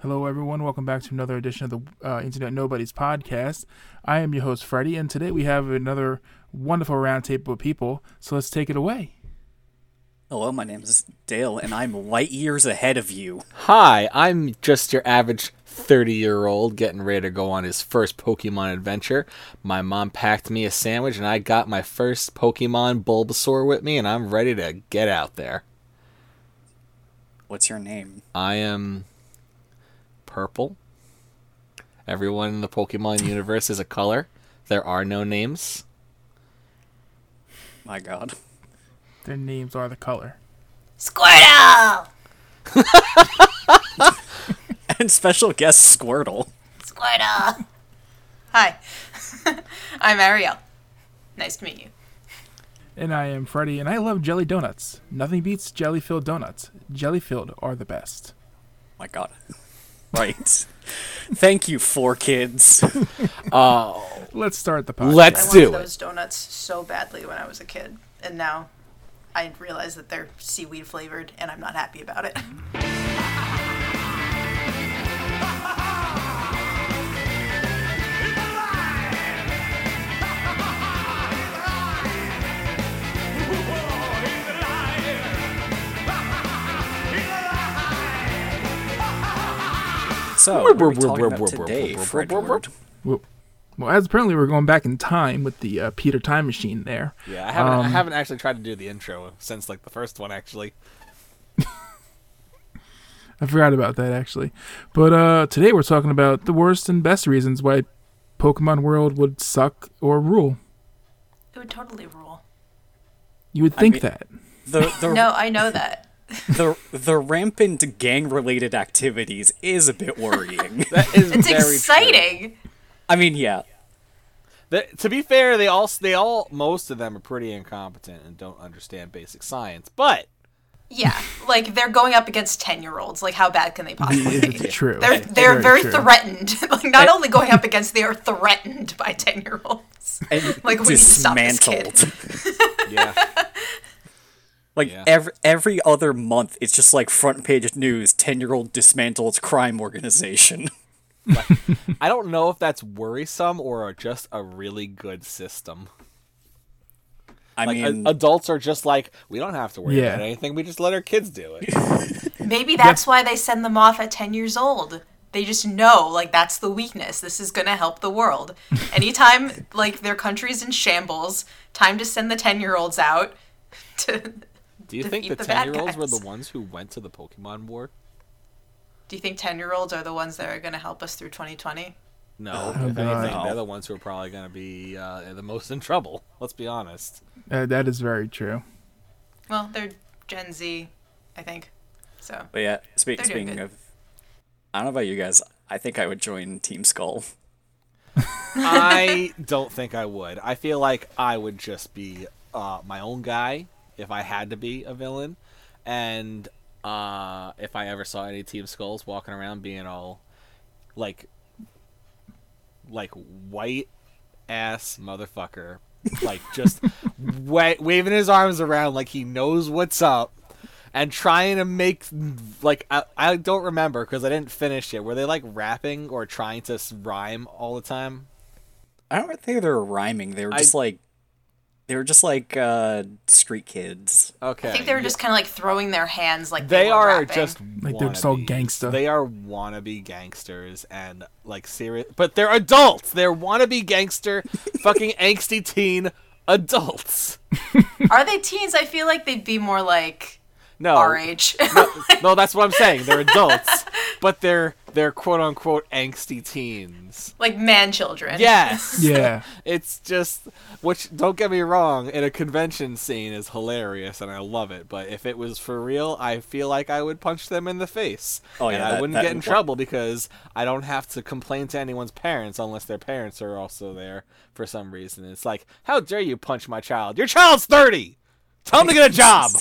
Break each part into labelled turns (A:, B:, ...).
A: Hello, everyone. Welcome back to another edition of the uh, Internet Nobodies podcast. I am your host, Freddie, and today we have another wonderful roundtable of people. So let's take it away.
B: Hello, my name is Dale, and I'm light years ahead of you.
C: Hi, I'm just your average 30 year old getting ready to go on his first Pokemon adventure. My mom packed me a sandwich, and I got my first Pokemon Bulbasaur with me, and I'm ready to get out there.
B: What's your name?
C: I am purple. Everyone in the Pokemon universe is a color. There are no names.
B: My God.
A: Their names are the color.
D: Squirtle!
B: And special guest Squirtle.
D: Squirtle! Hi. I'm Ariel. Nice to meet you.
A: And I am Freddie, and I love jelly donuts. Nothing beats jelly filled donuts. Jelly filled are the best.
B: My God. Right. Thank you, four kids.
A: Let's start the podcast.
C: Let's
D: I
C: do
D: wanted
C: it.
D: those donuts so badly when I was a kid, and now I realize that they're seaweed flavored, and I'm not happy about it.
B: So, what are we talking about today, Fred Ward?
A: Well, well, as apparently we're going back in time with the uh, Peter Time Machine there.
C: Yeah, I haven't, I haven't actually tried to do the intro since like the first one, actually.
A: I forgot about that actually. But uh, today we're talking about the worst and best reasons why Pokemon World would suck or rule.
D: It would totally rule.
A: You would think
B: mean-
A: that.
B: The, the,
D: No, I know that.
B: the, the rampant gang related activities is a bit worrying.
C: That is
D: It's
C: very true.
D: exciting!
B: I mean, yeah.
C: That- to be fair, they all they all most of them are pretty incompetent and don't understand basic science. But
D: Yeah, like they're going up against 10 year olds. Like, how bad can they possibly be?
A: It's true.
D: They're, they're very,
A: true.
D: threatened. like, not only going up against, they are threatened by 10 year olds.
B: And
D: Like, we need to stop this kid.
B: dismantled.
C: yeah,
B: Like
C: Yeah.
B: every every other month, it's just like front page news: ten year old dismantles crime organization.
C: I don't know if that's worrisome or just a really good system.
B: I
C: Like a-
B: mean,
C: adults are just like we don't have to worry
A: Yeah.
C: about anything. We just let our kids do it.
D: Maybe that's why they send them off at 10 years old. They just know, like, that's the weakness. This is going to help the world. Anytime, like, their country's in shambles, time to send the 10 year olds out to.
C: Do you think
D: Defeat
C: the
D: the bad
C: ten year olds were the
D: guys.
C: ones who went to the Pokemon War?
D: Do you think 10 year olds are the ones that are going to help us through 2020?
C: No, if anything,
A: Oh, God.
C: they're the ones who are probably going to be uh, the most in trouble. Let's be honest.
A: Uh, that is very true.
D: Well, they're Gen Z, I think. So.
B: but yeah. Spe-
D: They're doing
B: speaking
D: good.
B: of, I don't know about you guys. I think I would join Team Skull.
C: I don't think I would. I feel like I would just be uh, my own guy if I had to be a villain, and uh, if I ever saw any Team Skulls walking around being all like like white ass motherfucker, like just wa- waving his arms around like he knows what's up. And trying to make like I, I don't remember because I didn't finish it. Were they like rapping or trying to s- rhyme all the time?
B: I don't think they were rhyming. They were just
C: I-
B: like, they were just like uh, street kids.
C: Okay.
D: I think they were just kind of like throwing their hands like
C: They
D: were
C: are
D: rapping.
C: just
A: Like, they're just all
C: wannabes.
A: gangsta.
C: They are wannabe gangsters and like serious, but they're adults. They're wannabe gangster, fucking angsty teen adults.
D: Are they teens? I feel like they'd be more like
C: No,
D: our age.
C: Oh. no, that's what I'm saying. They're adults, but they're they're quote unquote angsty teens.
D: like man children.
C: Yes.
A: Yeah.
C: It's just, which don't get me wrong, in a convention scene is hilarious and I love it. But if it was for real, I feel like I would punch them in the face.
B: Oh, yeah,
C: and I
B: that-
C: wouldn't
B: that-
C: get in trouble because I don't have to complain to anyone's parents unless their parents are also there for some reason. It's like, how dare you punch my child? Your child's thirty. Tell him to get a job.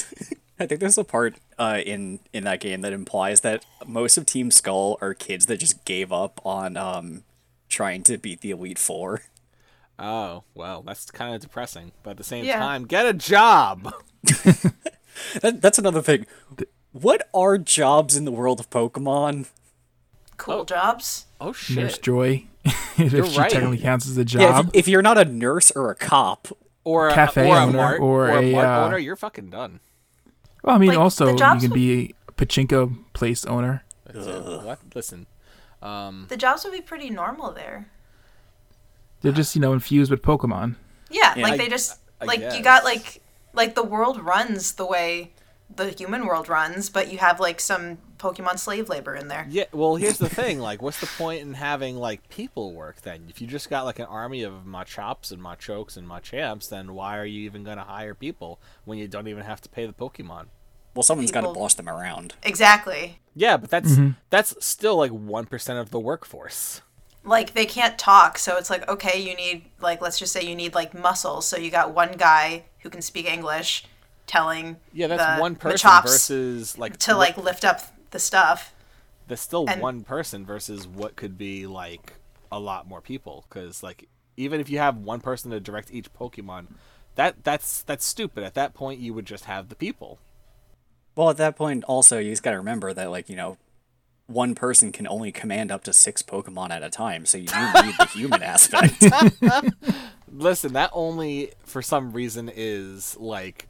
B: I think there's a part uh, in in that game that implies that most of Team Skull are kids that just gave up on um, trying to beat the Elite Four.
C: oh well, that's kind of depressing. But at the same
D: Yeah.
C: time, get a job.
B: That, that's another thing. What are jobs in the world of Pokemon?
D: cool jobs.
C: Oh shit.
A: Nurse Joy, if
C: You're
A: she
C: right.
A: technically counts as a
B: Yeah, if,
A: job.
B: if you're not a nurse or a cop,
C: or a
A: Cafe
C: or a
A: owner
C: mart,
A: or
C: a,
A: a,
C: mart
A: uh,
C: owner, you're fucking done.
A: well, I mean,
D: like,
A: also
D: the
A: you
D: jobs
A: can
D: would-
A: be a pachinko place owner.
C: That's it. What? Listen, Oh. Um,
D: The jobs would be pretty normal there.
A: They're just you know infused with Pokemon.
D: Yeah,
B: Yeah.
D: like
B: I-
D: they just
C: I
D: like you got
C: guess.
D: like like the world runs the way the human world runs, but you have like some Pokemon slave labor in there.
C: yeah. Well, here's the thing. Like, what's the point in having like people work then? If you just got like an army of Machops and Machokes and Machamps, then why are you even gonna hire people when you don't even have to pay the Pokemon?
B: well, someone's got to
D: People-
B: boss them around.
D: Exactly.
C: Yeah, but that's that's still like one percent of the workforce.
D: Like they can't talk, so it's like okay, you need like let's just say you need like muscle, so you got one guy who can speak English telling
C: Yeah, that's
D: the
C: one person
D: Machops
C: versus like
D: to
C: what-
D: like lift up the stuff.
C: That's still
D: and-
C: one person versus what could be like a lot more people. Because like even if you have one person to direct each Pokemon, that that's that's stupid. At that point, you would just have the people.
B: Well, at that point, also you just got to remember that, like you know, one person can only command up to six Pokemon at a time, so you do need the human aspect.
C: Listen, that only for some reason is like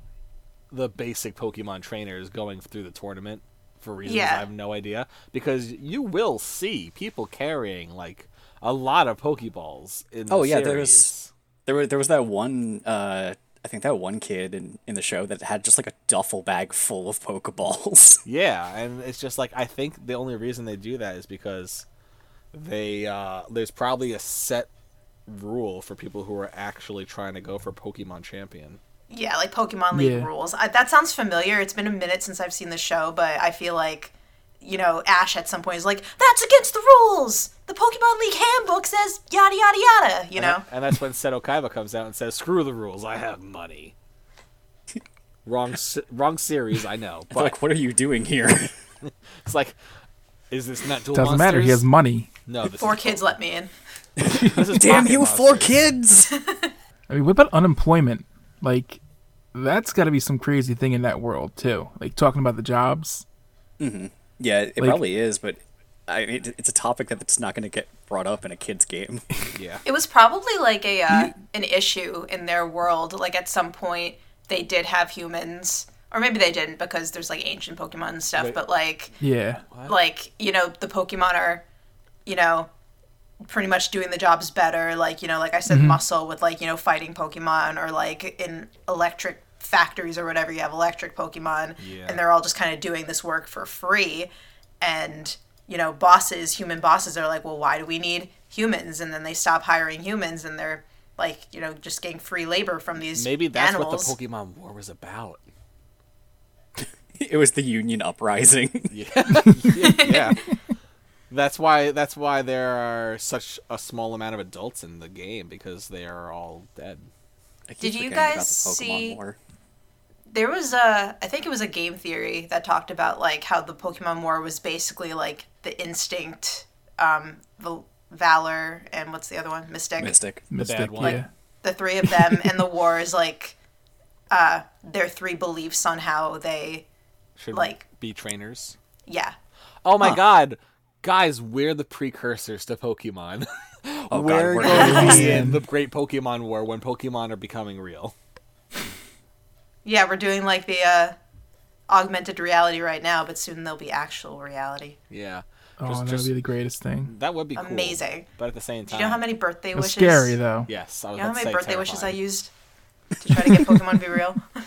C: the basic Pokemon trainers going through the tournament for reasons
D: Yeah.
C: I have no idea. Because you will see people carrying like a lot of Pokeballs in.
B: Oh,
C: the
B: yeah,
C: series.
B: there's- There was there was that one uh I think that one kid in, in the show that had just like a duffel bag full of Pokeballs.
C: Yeah, and it's just like I think the only reason they do that is because they uh, there's probably a set rule for people who are actually trying to go for Pokemon Champion.
D: Yeah, like Pokemon League
A: Yeah.
D: rules. I, that sounds familiar. It's been a minute since I've seen the show, but I feel like, you know, Ash at some point is like, "That's against the rules. The Pokemon League handbook says yada yada yada." You know,
C: And that's when Seto Kaiba comes out and says, "Screw the rules, I have money." wrong, s- wrong series, I know, but
B: like, what are you doing here?
C: it's like, is this not dual
A: Doesn't matter. He has
C: Monsters?
A: money.
C: no this
D: four
C: is,
D: kids let me in.
C: This is
B: Damn
C: Pocket
B: you, four
C: Monsters.
B: kids!
A: I mean, what about unemployment? Like, that's got to be some crazy thing in that world too. Like talking about the jobs.
B: yeah, it
A: Like-
B: probably is, but I mean, it- it's a topic that's not going to get brought up in a kids game.
C: Yeah,
D: It was probably like a uh, an issue in their world. Like at some point, they did have humans, or maybe they didn't because there's like ancient Pokemon and stuff.
C: Wait.
D: But like,
A: Yeah.
D: like you know the pokemon are you know pretty much doing the jobs better like you know like i said
C: Mm-hmm.
D: muscle with like you know fighting pokemon or like in electric factories or whatever you have electric pokemon
C: Yeah.
D: and they're all just kind of doing this work for free and you know bosses human bosses are like well why do we need humans and then they stop hiring humans and they're like you know just getting free labor from these
C: maybe that's
D: animals.
C: what the Pokemon War was about.
B: it was the Union uprising.
C: yeah. That's why that's why there are such a small amount of adults in the game because they are all dead.
B: I keep
D: Did you
B: forgetting about
D: guys
B: the Pokemon
D: see-
B: War.
D: there was a i think it was a game theory that talked about like how the pokemon war was basically like the instinct um the valor and what's the other one mystic,
B: Mystic?
A: Mystic.
C: one.
A: Yeah.
D: the three of them and the war is like uh their three beliefs on how they
C: Should
D: Like-
C: be trainers.
D: yeah
C: Oh my god. Guys, we're the precursors to Pokemon.
B: Oh god,
C: we're
B: we're
C: going to
A: Oh,
C: be in
A: man.
C: the great Pokemon war when Pokemon are becoming real.
D: yeah we're doing like the uh augmented reality right now but soon they'll be actual reality
C: Yeah.
A: Oh,
C: Just-
A: that
C: just-
A: would be the greatest thing.
C: That would be cool.
D: Amazing.
C: But at the same
D: do
C: time,
B: Uh,
D: you know how many birthday
A: It's
D: wishes
A: scary though.
C: Yes, I was
D: you know how
C: about to
D: many
C: say
D: birthday wishes i
C: terrifying.
D: used to try to get pokemon to be real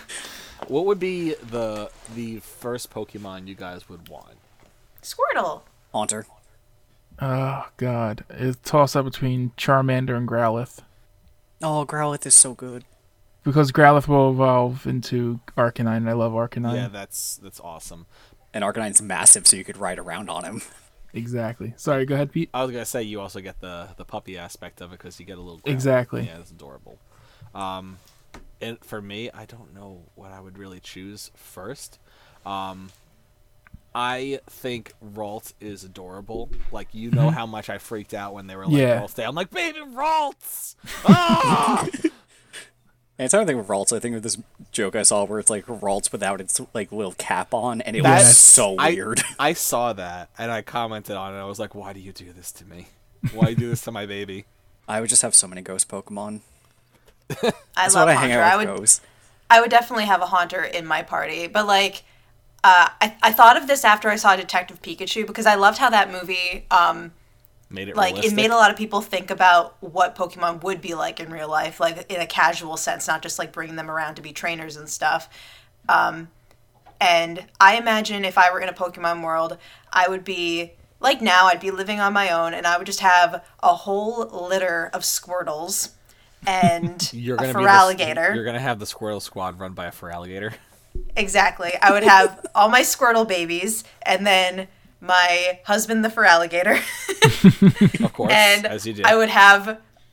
C: What would be the the first Pokemon you guys would want?
D: squirtle
B: Haunter.
A: Oh God, it's a toss up between Charmander and Growlithe
B: Oh, Growlithe is so good.
A: because Growlithe will evolve into Arcanine. and I love Arcanine.
C: Yeah, that's that's awesome.
B: And Arcanine's massive, so you could ride around on him.
A: exactly. Sorry, go ahead, Pete.
C: I was gonna say you also get the the puppy aspect of it because you get a little growly.
A: Exactly.
C: yeah, it's adorable. Um, and for me, I don't know what I would really choose first. Um, I think Ralt is adorable. Like you know how much I freaked out when they were like Oh!
A: Yeah.
C: Ralts Day. I'm like, baby Ralts. Ah!
B: And it's another thing with Ralts. I think of this joke I saw where it's like Ralts without its like little cap on, and it was
C: That's-
B: so
C: I-
B: weird.
C: I saw that and I commented on it. I was like, "Why do you do this to me? Why do you do this to my baby?"
B: I would just have so many ghost Pokemon.
D: I
B: That's
D: love
B: what I hang
D: Haunter. I
B: out with
D: would
B: ghosts.
D: I would definitely have a Haunter in my party, but like, uh, I, I thought of this after I saw Detective Pikachu because I loved how that movie, um,
C: Made it
D: like,
C: realistic.
D: it made a lot of people think about what Pokemon would be like in real life, like in a casual sense, not just like bringing them around to be trainers and stuff. Um, and I imagine if I were in a Pokemon world, I would be like now, I'd be living on my own and I would just have a whole litter of Squirtles and
C: You're
D: a
C: gonna be the-
D: Feraligatr.
C: You're gonna have the Squirrel Squad run by a Feraligator.
D: Exactly. I would have all my Squirtle babies and then my husband, the Feraligator.
C: Of course,
D: and
C: as you do.
D: I would have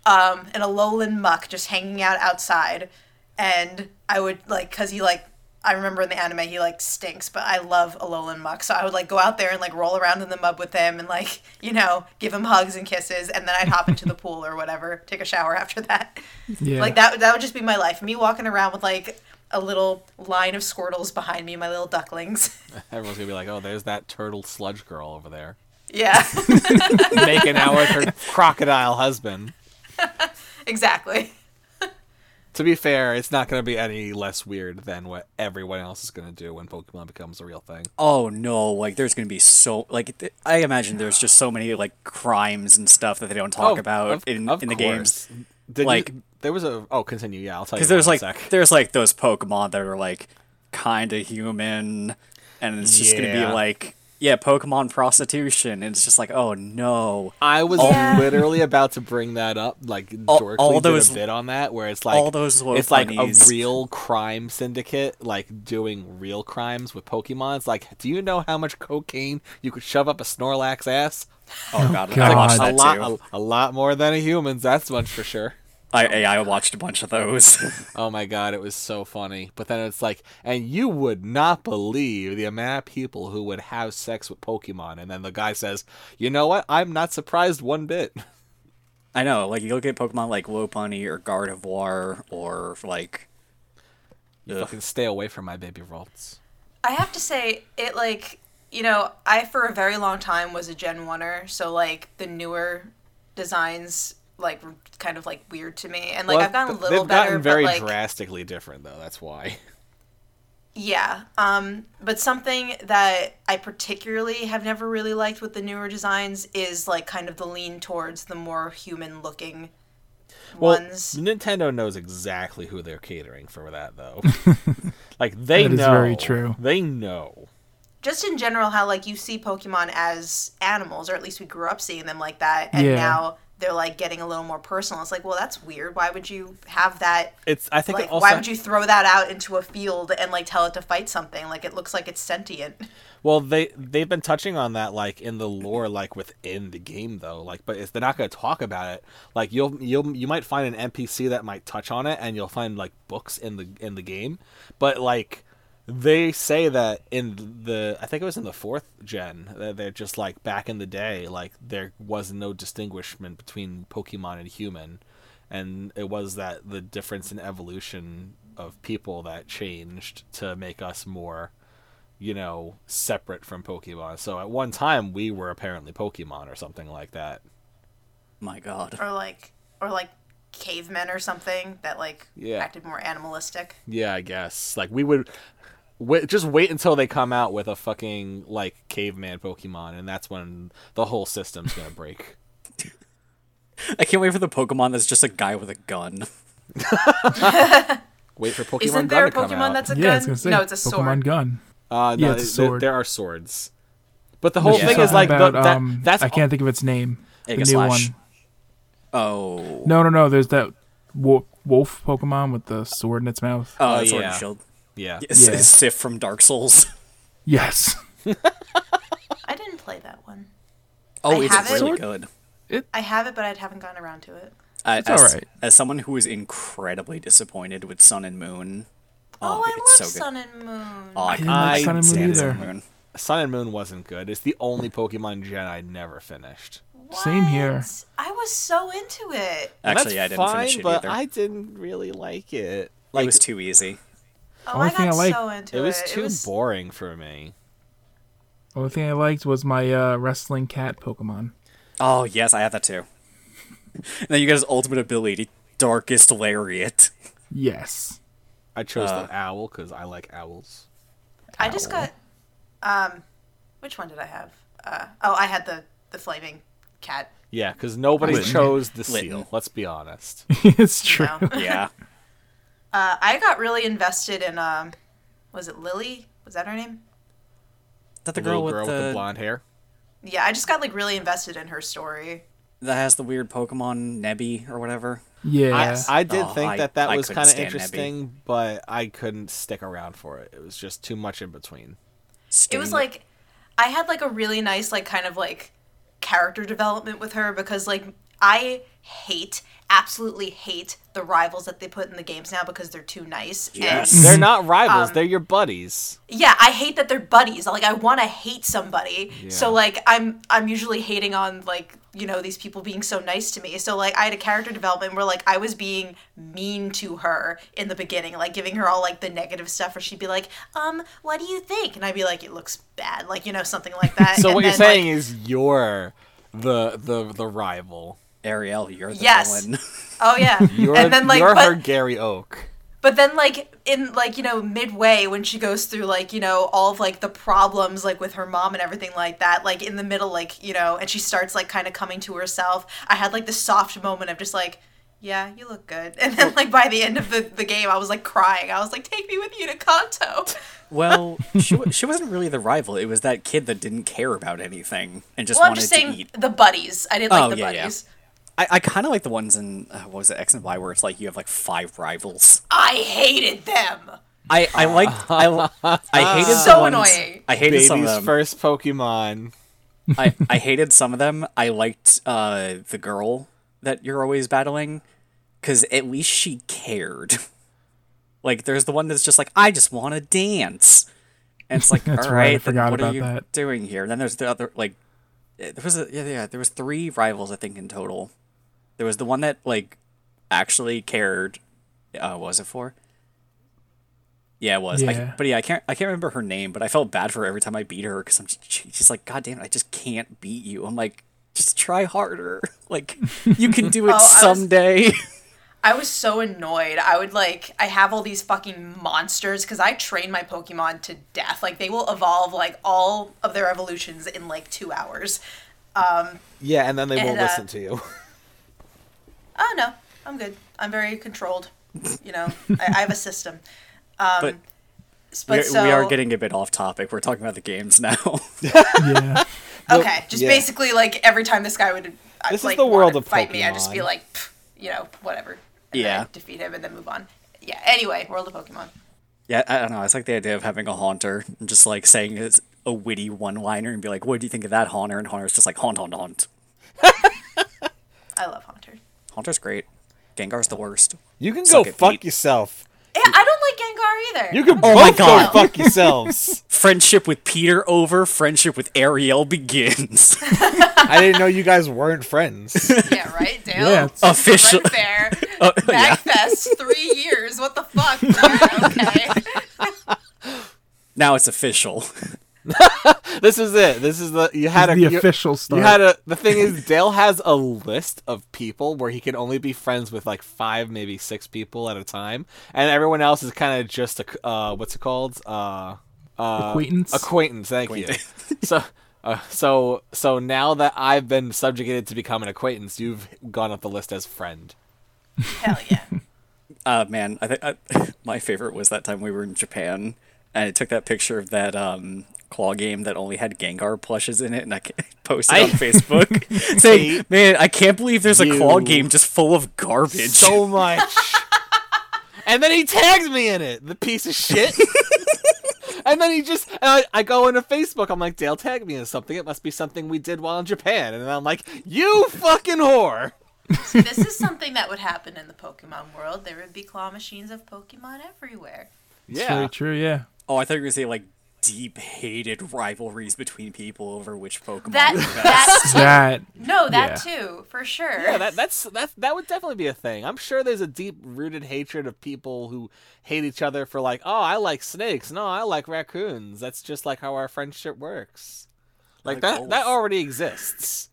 D: um, an Alolan muck just hanging out outside. And I would, like, because he, like, I remember in the anime he, like, stinks, but I love Alolan muck. So I would, like, go out there and, like, roll around in the mud with him and, like, you know, give him hugs and kisses. And then I'd hop into the pool or whatever, take a shower after that.
A: Yeah.
D: Like that that would just be my life. Me walking around with like a little line of squirtles behind me, my little ducklings.
C: Everyone's gonna be like, "Oh, there's that turtle sludge girl over there
D: yeah.
C: making out with her crocodile husband."
D: exactly.
C: To be fair, it's not gonna be any less weird than what everyone else is gonna do when Pokemon becomes a real thing.
B: Oh no! Like there's gonna be so like th- I imagine there's just so many like crimes and stuff that they don't talk
C: Oh,
B: about
C: of-
B: in
C: of
B: in the games.
C: course. Did you-
B: Like-
C: there was a oh, continue. Yeah, I'll tell you.
B: Because there's like
C: about it in a sec.
B: there's like those Pokemon that are like kind of human, and it's just gonna
C: Yeah.
B: be like yeah, Pokemon prostitution. And it's just like oh no,
C: I was
D: Yeah.
C: literally about to bring that up. Like
B: All-
C: Dorkley
B: all those-
C: did a bit on that, where it's like
B: all those low
C: it's like a
B: funnies.
C: real crime syndicate, like doing real crimes with Pokemon. It's like, do you know how much cocaine you could shove up a Snorlax ass?
B: oh god, I
A: God.
B: watched
C: a
B: that
C: lot,
B: too.
C: a, a lot more than a human's. That's much for sure.
B: I I I watched a bunch of those.
C: Oh my god, it was so funny. But then it's like, and you would not believe the amount of people who would have sex with Pokemon. And then the guy says, you know what? I'm not surprised one bit.
B: I know, like you look at Pokemon like Lopunny or Gardevoir or like
C: You fucking stay away from my baby rolls.
D: I have to say, it like you know, I for a very long time was a Gen Oneer, so like the newer designs like were kind of like weird to me, and like I've gotten a little
C: they've
D: better,
C: gotten very
D: but like
C: drastically different though. That's why.
D: yeah, um, but something that I particularly have never really liked with the newer designs is like kind of the lean towards the more human looking ones.
C: Nintendo knows exactly who they're catering for that though. like they
A: That
C: know.
A: is very true.
C: They know.
D: just in general how like you see pokemon as animals or at least we grew up seeing them like that and
A: Yeah.
D: now they're like getting a little more personal it's like well that's weird why would you have that
C: It's. I think it
D: like
C: also.
D: why would you throw that out into a field and like tell it to fight something like it looks like it's sentient
C: Well, they they've been touching on that like in the lore, like within the game though. Like, but it's, they're not going to talk about it. Like, you'll you'll you might find an NPC that might touch on it, and you'll find like books in the in the game. But like, they say that in the I think it was in the fourth gen that they're just like back in the day, like there was no distinguishment between Pokemon and human, and it was that the difference in evolution of people that changed to make us more you know, separate from Pokemon. So at one time we were apparently Pokemon or something like that.
B: my god.
D: or like or like cavemen or something that like
C: Yeah.
D: acted more animalistic
C: Yeah, I guess. Like we would wait, just wait until they come out with a fucking like caveman Pokemon, and that's when the whole system's gonna break.
B: I can't wait for the Pokemon that's just a guy with a gun.
C: Wait for Pokemon Gun
D: isn't there a
C: to come
D: pokemon
C: out.
D: that's a
A: yeah, I
D: gun
A: was gonna say
D: no it's a
A: Pokemon
D: sword
A: gun.
C: uh, no,
A: yeah, it's a
C: there-
A: sword.
C: There, are swords, but the whole
A: She's
C: thing
A: talking
C: is like the,
A: about,
C: that.
A: um,
C: that's
A: I can't think of its name. The new
B: Aegislash.
A: one.
B: Oh.
A: No, no, no. There's that wolf, wolf Pokemon with the sword in its mouth.
B: Oh,
C: Oh,
B: Sword and
C: yeah.
B: Shield.
C: yeah.
B: Yes,
A: Yeah.
B: Sif from Dark Souls.
A: Yes,
D: i didn't play that one
B: Oh,
D: I
B: it's
D: have it.
B: really good.
D: i have it but i haven't gotten around to it
B: I,
A: It's
B: Uh, as,
A: alright.
B: as someone who is incredibly disappointed with Sun and Moon,
D: oh, i love
B: it's so good.
D: sun and moon
B: oh, I
A: didn't like
B: can't
A: Sun and Moon
B: stand
A: either.
B: Moon.
C: Sun and Moon wasn't good. It's the only Pokemon Gen I never finished.
A: Same here.
D: What? I I was so into it.
C: And
B: Actually, I
C: that's
B: didn't
C: fine,
B: finish it
C: but
B: either.
C: I didn't really like it.
B: it
C: Like
B: was too easy.
D: Oh,
A: Only
D: I
A: thing
D: got
A: I like-
D: so into it.
C: it was too
D: was-
C: boring for me.
A: Only thing I liked was my uh, wrestling cat Pokemon.
B: Oh yes, I have that too. And then you get his ultimate ability, Darkest Lariat.
A: Yes.
C: I chose the owl because I like owls.
D: I just got. Um, which one did I have? Uh, oh, I had the the flaming cat.
C: Yeah, because nobody
A: Lytton.
C: chose the
B: Lytton.
C: seal. Let's be honest.
A: it's true.
D: No.
B: Yeah,
D: Uh, I got really invested in. Um, was it Lily? Was that her name?
B: that the,
C: The
B: girl,
C: little
B: with,
C: girl
B: the,
C: with the blonde hair.
D: Yeah, I just got like really invested in her story.
B: that has the weird Pokemon Nebby or whatever.
A: Yeah.
C: I, I did
B: Oh,
C: think
B: I-
C: that that
B: I
C: was
B: couldn't
C: kind of
B: stand Nebby.
C: interesting, but I couldn't stick around for it. It was just too much in between.
D: it was
B: Sting.
D: like i had like a really nice like kind of like character development with her because like i hate absolutely hate the rivals that they put in the games now because they're too nice And-
B: Yes.
C: They're not rivals.
D: Um,
C: they're your buddies.
D: yeah i hate that they're buddies like i want to hate somebody so
C: Yeah.
D: like i'm i'm usually hating on like you know these people being so nice to me so like i had a character development where like i was being mean to her in the beginning like giving her all like the negative stuff where she'd be like um what do you think and i'd be like it looks bad like you know something like that
C: So
D: And
C: what you're
D: then, like,
C: saying is you're the the the rival.
B: Ariel, you're the
D: Yes.
B: villain.
D: Oh yeah.
C: You're,
D: and then like
C: you're
D: but,
C: her Gary Oak.
D: but then like in like, you know, midway when she goes through like, you know, all of like the problems like with her mom and everything like that, like in the middle like, you know, and she starts like kind of coming to herself. I had like the soft moment of just like yeah, you look good. And then, like, by the end of the, the game, I was like crying. I was like, take me with you to Kanto.
B: well, she, wa- she wasn't really the rival. It was that kid that didn't care about anything and just
D: Well, I'm
B: wanted
D: just
B: to
D: saying
B: eat.
D: the buddies. I didn't like
B: Oh,
D: the
B: yeah, yeah.
D: buddies.
B: I, I kind of like the ones in uh, what was it X and Y where it's like you have like five rivals.
D: I hated them.
B: I I liked I I hated
D: So
B: the ones,
D: annoying.
B: I hated some of
C: Baby's
B: them.
C: first Pokemon.
B: I, I hated some of them. I liked uh, the girl that you're always battling because at least she cared. Like, there's the one that's just like, I just want to dance. And it's like, all
A: That's
B: right,
A: right, I
B: then
A: forgot
B: what are
A: about
B: you
A: that.
B: doing here? And then there's the other, like, eh, there was a, yeah, yeah, there was three rivals, I think, in total. There was the one that, like, actually cared. Uh, was it for? Yeah, it was.
A: Yeah.
B: I, but yeah, I can't. I can't remember her name, but I felt bad for her every time I beat her because I'm. Just, she- she's like, God damn it, I just can't beat you. I'm like, just try harder. Like, you can do it
D: Oh, I was-
B: someday.
D: I was so annoyed. I would like I have all these fucking monsters because I train my Pokemon to death. Like they will evolve like all of their evolutions in like two hours.
C: Yeah, and then they
D: And,
C: won't
D: uh,
C: listen to you.
D: Oh no, I'm good. I'm very controlled. You know, I, I have a system. Um,
B: but
D: But
B: we,
D: so
B: we are getting a bit off topic. We're talking about the games now.
A: yeah.
D: okay. Just
C: yeah.
D: basically like every time this guy would uh,
C: This is
D: like,
C: the world
D: wanna
C: of
D: fight me, I'd just be
C: Pokemon.
D: like, "Pff, you know, whatever. And
B: Yeah.
D: I'd defeat him and then move on. Yeah. Anyway, world of Pokemon.
B: yeah, I don't know. It's like the idea of having a haunter and just like saying it's a witty one-liner and be like, "What do you think of that haunter?" And haunter's just like, "Haunt, haunt, haunt."
D: I love Haunter.
B: Haunter's great. Gengar's the worst.
C: You can go
B: Suck it,
C: fuck
B: Pete.
C: yourself.
D: Yeah, I don't like Gengar either.
C: You can
B: my
C: both go
B: God.
C: fuck yourselves.
B: Friendship with Peter over. Friendship with Ariel begins.
C: I didn't know you guys weren't friends.
D: Yeah, right, Dale?
A: Yeah, it's-
B: Official.
D: Right there.
B: Oh, yeah.
D: Backfest, three years. What the fuck? Dude? Okay.
B: Now it's official.
C: this is it. This is the you had
A: This
C: a
A: is the
C: you-
A: official start.
C: You had a the thing is Dale has a list of people where he can only be friends with like five, maybe six people at a time, and everyone else is kind of just a c- uh, what's it called uh, uh,
A: Acquaintance?
C: Acquaintance. Thank you. so. Uh, so so now that I've been subjugated to become an acquaintance, you've gone up the list as friend.
D: Hell yeah.
B: Uh, man, I think I- my favorite was that time we were in Japan and I took that picture of that um, claw game that only had Gengar plushes in it, and I ca- posted it on
C: I-
B: Facebook saying,
C: Hate
B: "Man, I can't believe there's a claw
C: you
B: game just full of garbage."
C: So much. and then he tags me in it, the piece of shit. and then he just, and I, I go into Facebook. I'm like, Dale tagged me in something. It must be something we did while in Japan. And then I'm like, you fucking whore.
D: So this is something that would happen in the Pokemon world. There would be claw machines of Pokemon everywhere.
A: It's very
C: Yeah.
A: true. Yeah.
B: oh, I thought you were gonna say like deep hated rivalries between people over which Pokemon.
D: That
B: was best.
D: that
A: That
D: no No, that
A: Yeah.
D: too, for sure.
C: Yeah, that, that's that that would definitely be a thing. I'm sure there's a deep rooted hatred of people who hate each other for like, oh, I like snakes. No, I like raccoons. That's just like how our friendship works. Like,
B: like
C: that
B: both.
C: that already exists.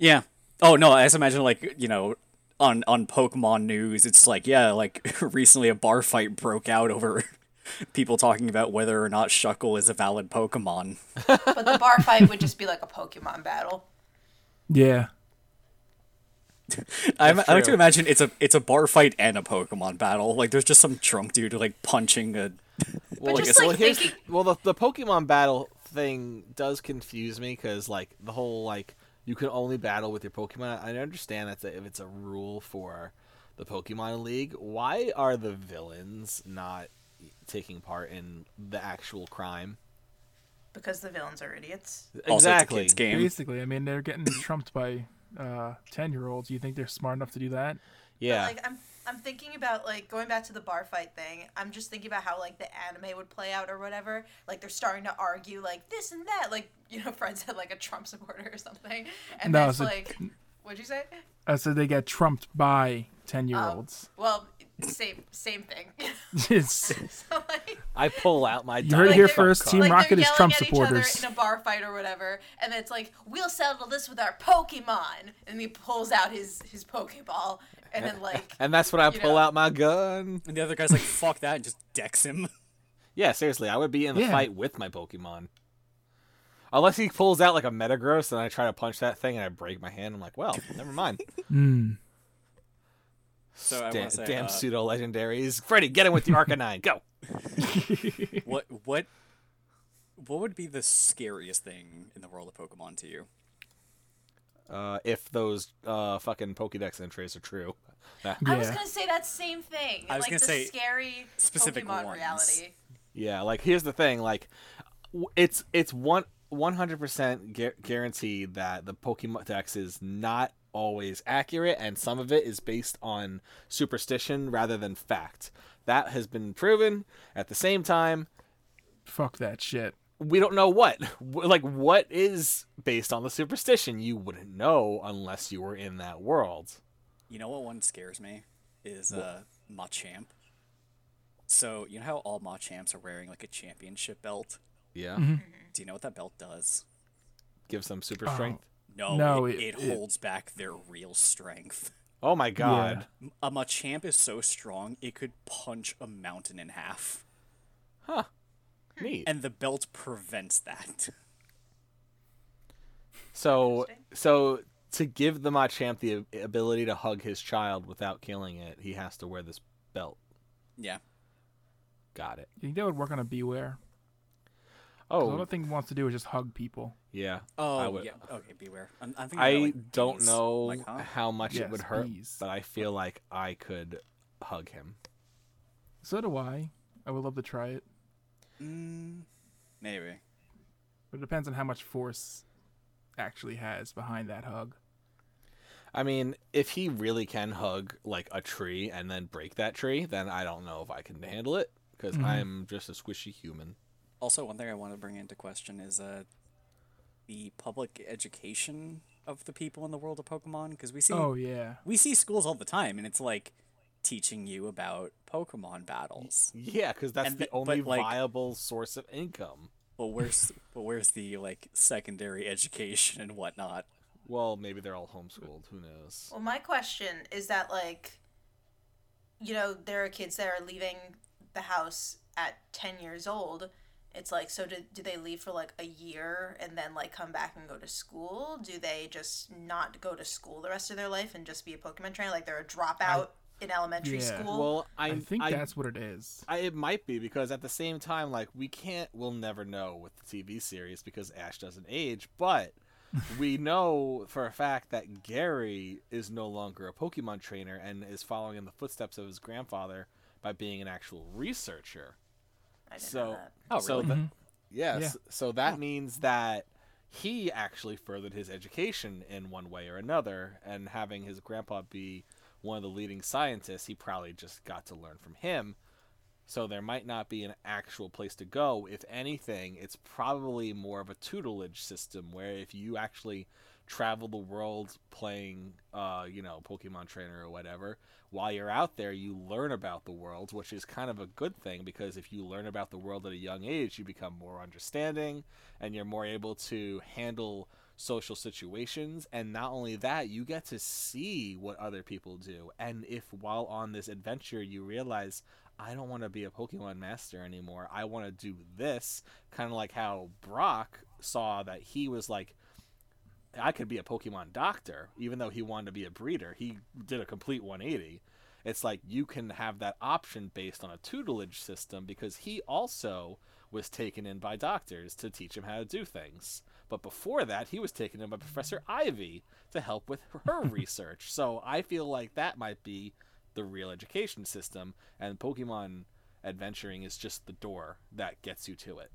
B: Yeah. Oh no, I just imagine like you know, on on Pokemon news, it's like yeah, like recently a bar fight broke out over people talking about whether or not Shuckle is a valid Pokemon.
D: But the bar fight would just be like a Pokemon battle.
A: Yeah.
B: I, I like to
C: true.
B: imagine it's a it's a bar fight and a Pokemon battle. Like there's just some drunk dude like punching a.
C: Well,
D: just,
C: I guess- well,
D: like,
C: here's the-
D: thinking-
C: well, the, the Pokemon battle thing does confuse me because like the whole like you can only battle with your Pokemon. I understand that's a, if it's a rule for the Pokemon League. Why are the villains not taking part in the actual crime?
D: Because the villains are idiots.
B: Also,
C: exactly.
B: it's a kids game.
A: Basically, I mean, they're getting trumped by uh, 10 year olds. You think they're smart enough to do that?
C: Yeah.
D: Like I'm I'm thinking about like going back to the bar fight thing. I'm just thinking about how like the anime would play out or whatever. Like they're starting to argue like this and that. Like you know, friends had like a Trump supporter or something, and
A: No,
D: that's
A: so-
D: like, what'd you say?
A: I said they got trumped by 10 year olds.
D: Well, same same thing.
A: Oh. It's
D: so like.
C: I pull out my.
A: heard
C: Donald
A: it here
D: they're-
C: Trump
A: first,
C: card.
A: Team
D: like
A: Rocket
D: they're
A: is
D: yelling
A: Trump
D: at
A: supporters.
D: each other in a bar fight or whatever, and it's like we'll settle this with our Pokemon, and he pulls out his his Pokeball, and then like
C: And that's when I pull
D: know.
C: out my gun.
B: And the other guy's like, "Fuck that!" and just decks him.
C: Yeah, seriously, I would be in the
A: Yeah.
C: fight with my Pokemon. Unless he pulls out like a Metagross and I try to punch that thing and I break my hand. I'm like, well, never mind.
B: So I
C: damn
B: want to say,
C: damn
B: uh,
C: pseudo legendaries. Freddy, get him with the Arcanine. Go.
B: what what what would be the scariest thing in the world of Pokemon to you?
C: Uh, if those uh, fucking Pokedex entries are true. That-
D: I was
A: Yeah.
D: gonna say that same thing.
B: I was
D: like
B: gonna
D: the
B: say
D: scary
B: specific
D: Pokemon
B: ones.
D: reality.
C: Yeah, like here's the thing, like w- it's it's one one hundred percent guaranteed that the Pokemon Dex is not always accurate, and some of it is based on superstition rather than fact. That has been proven. At the same time,
A: Fuck that shit.
C: we don't know what W- like what is based on the superstition. You wouldn't know unless you were in that world.
B: You know what one scares me is uh Machamp. So you know how all Machamps are wearing like a championship belt.
C: Yeah,
B: Do you know what that belt does?
C: gives them super strength.
B: No,
A: No,
B: it,
A: it-
B: it,
A: it-
B: holds back their real strength.
C: Oh my god.
B: A Machamp is so strong it could punch a mountain in half,
C: Neat.
B: and the belt prevents that.
C: So, so to give the Machamp the ab- ability to hug his child without killing it, he has to wear this belt.
B: yeah,
C: Got it.
A: You think that would work on a beware? All
C: Oh,
A: that thing wants to do is just hug people.
C: yeah.
B: Oh,
C: I would-
B: yeah. Okay, beware. I'm, I'm thinking
C: I
B: about, like,
C: don't
B: bees.
C: know
B: Like, huh?
C: how much it
A: Yes,
C: would hurt,
A: bees.
C: but I feel like I could hug him.
A: So do I. I would love to try it.
B: Mm, Maybe.
A: But it depends on how much force actually has behind that hug.
C: I mean, if he really can hug like a tree and then break that tree, then I don't know if I can handle it because I'm just a squishy human.
B: Also, one thing I want to bring into question is uh, the public education of the people in the world of Pokemon, because we see
A: Oh, yeah.
B: we see schools all the time, and it's like teaching you about Pokemon battles.
C: Yeah, because that's
B: And
C: the
B: th-
C: only
B: but, like-
C: viable source of income.
B: But where's but where's the like secondary education and whatnot?
C: Well, maybe they're all homeschooled. Who knows?
D: Well, my question is that like, you know, there are kids that are leaving the house at ten years old. It's like, so do, do they leave for like a year and then like come back and go to school? Do they just not go to school the rest of their life and just be a Pokemon trainer? Like they're a dropout in elementary
A: Yeah.
D: school?
C: Well, I,
A: I think that's what it is.
C: I, it might be because at the same time, like we can't, we'll never know with the TV series because Ash doesn't age, but we know for a fact that Gary is no longer a Pokemon trainer and is following in the footsteps of his grandfather by being an actual researcher.
D: I didn't know
C: So,
D: that.
B: Oh,
C: so that, yes,
A: Yeah.
C: so that means that he actually furthered his education in one way or another, and having his grandpa be one of the leading scientists, he probably just got to learn from him. So there might not be an actual place to go. If anything, it's probably more of a tutelage system where if you actually travel the world playing uh you know pokemon trainer or whatever while you're out there you learn about the world which is kind of a good thing because if you learn about the world at a young age you become more understanding and you're more able to handle social situations and not only that you get to see what other people do and if while on this adventure you realize i don't want to be a pokemon master anymore i want to do this kind of like how brock saw that he was like I could be a Pokemon doctor, even though he wanted to be a breeder. He did a complete 180. It's like you can have that option based on a tutelage system because he also was taken in by doctors to teach him how to do things. But before that, he was taken in by Professor Ivy to help with her research. So I feel like that might be the real education system, and Pokemon adventuring is just the door that gets you to it.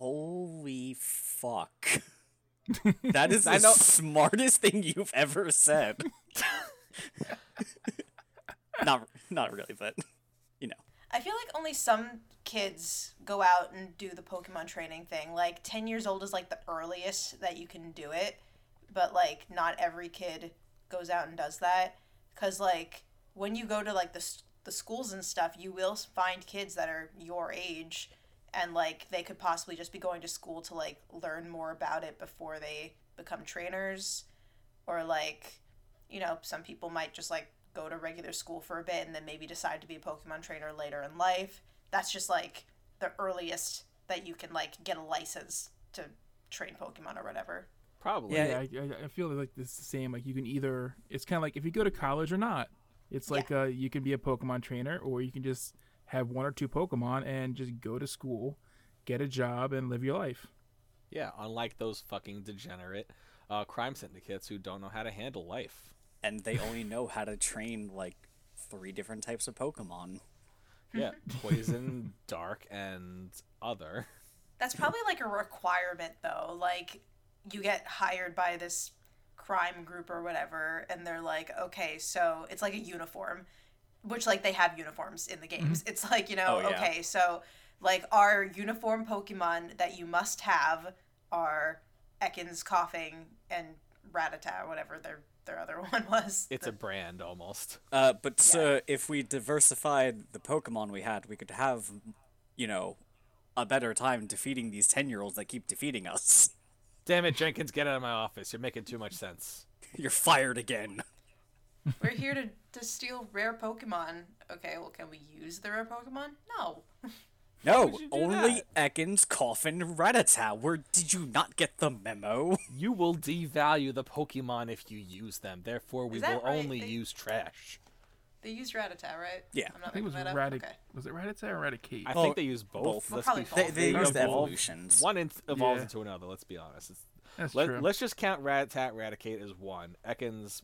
B: Holy fuck. That is the smartest thing you've ever said. not not really, but you know.
D: I feel like only some kids go out and do the Pokemon training thing. Like 10 years old is like the earliest that you can do it, but like not every kid goes out and does that cuz like when you go to like the s- the schools and stuff, you will find kids that are your age and like they could possibly just be going to school to like learn more about it before they become trainers or like you know some people might just like go to regular school for a bit and then maybe decide to be a pokemon trainer later in life that's just like the earliest that you can like get a license to train pokemon or whatever
C: Probably.
B: Yeah,
A: Yeah, I, I- I feel like it's the same. Like you can either it's kind of like if you go to college or not. It's like uh, you can be a Pokemon trainer, or you can just have one or two Pokemon and just go to school, get a job, and live your life.
C: Yeah, unlike those fucking degenerate uh, crime syndicates who don't know how to handle life.
B: And they only know how to train like three different types of Pokemon.
C: Yeah, poison, dark, and other.
D: That's probably like a requirement though. Like you get hired by this crime group or whatever and they're like, "Okay, so it's like a uniform." Which like they have uniforms in the games. It's like, you know,
B: Oh, yeah.
D: okay, so like our uniform Pokemon that you must have are Ekans coughing and Ratata or whatever their their other one was.
C: It's a brand almost.
B: Uh, but so if we diversified the Pokemon we had, we could have, you know, a better time defeating these ten-year-olds that keep defeating us.
C: Damn it, Jenkins, get out of my office. You're making too much sense.
B: You're fired again.
D: We're here to, to steal rare Pokemon. Okay, well can we use the rare Pokemon? No.
B: No,
C: would you do
B: only Ekans, Coffin, Rattata. Where did you not get the memo?
C: You will devalue the Pokemon if you use them. Therefore, we
D: Is that
C: will
D: right?
C: only
D: They-
C: use trash.
D: They used Ratata, right?
B: Yeah.
D: I'm
B: I
D: not
A: I think it was
D: making Oh, that up.
A: Radic.
D: Okay.
A: Was it Raditz or Eradicate?
C: I
B: Well,
C: think they use both.
B: both.
C: Let's
D: Probably
C: be
D: both.
B: They, they
C: fair.
B: use the
C: Oh, Evolve.
B: evolutions.
C: One in- evolves
A: Yeah.
C: into another. Let's be honest. It's,
A: That's
C: let,
A: true.
C: Let's just count Rattata, Raticate as one. Ekans,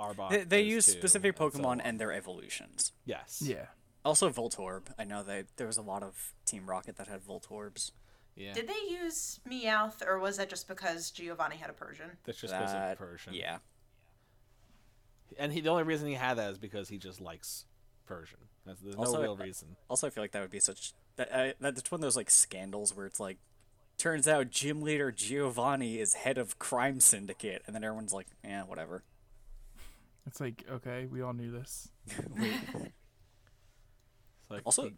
C: Arbok.
B: They, they
C: is
B: use
C: two,
B: specific
C: and so
B: Pokemon
C: on.
B: and their evolutions.
C: yes.
A: yeah.
B: Also, Voltorb. I know that there was a lot of Team Rocket that had Voltorbs.
C: Yeah.
D: Did they use Meowth, or was that just because Giovanni had a Persian?
C: That's just because
B: That,
C: of Persian.
B: Yeah.
C: And he, the only reason he had that is because he just likes Persian. That's, there's
B: Also,
C: no real
B: uh,
C: reason.
B: Also, I feel like that would be such that uh, that's one of those like scandals where it's like, turns out gym leader Giovanni is head of crime syndicate, and then everyone's like, yeah, whatever.
A: It's like okay, we all knew this.
C: It's like,
B: Also,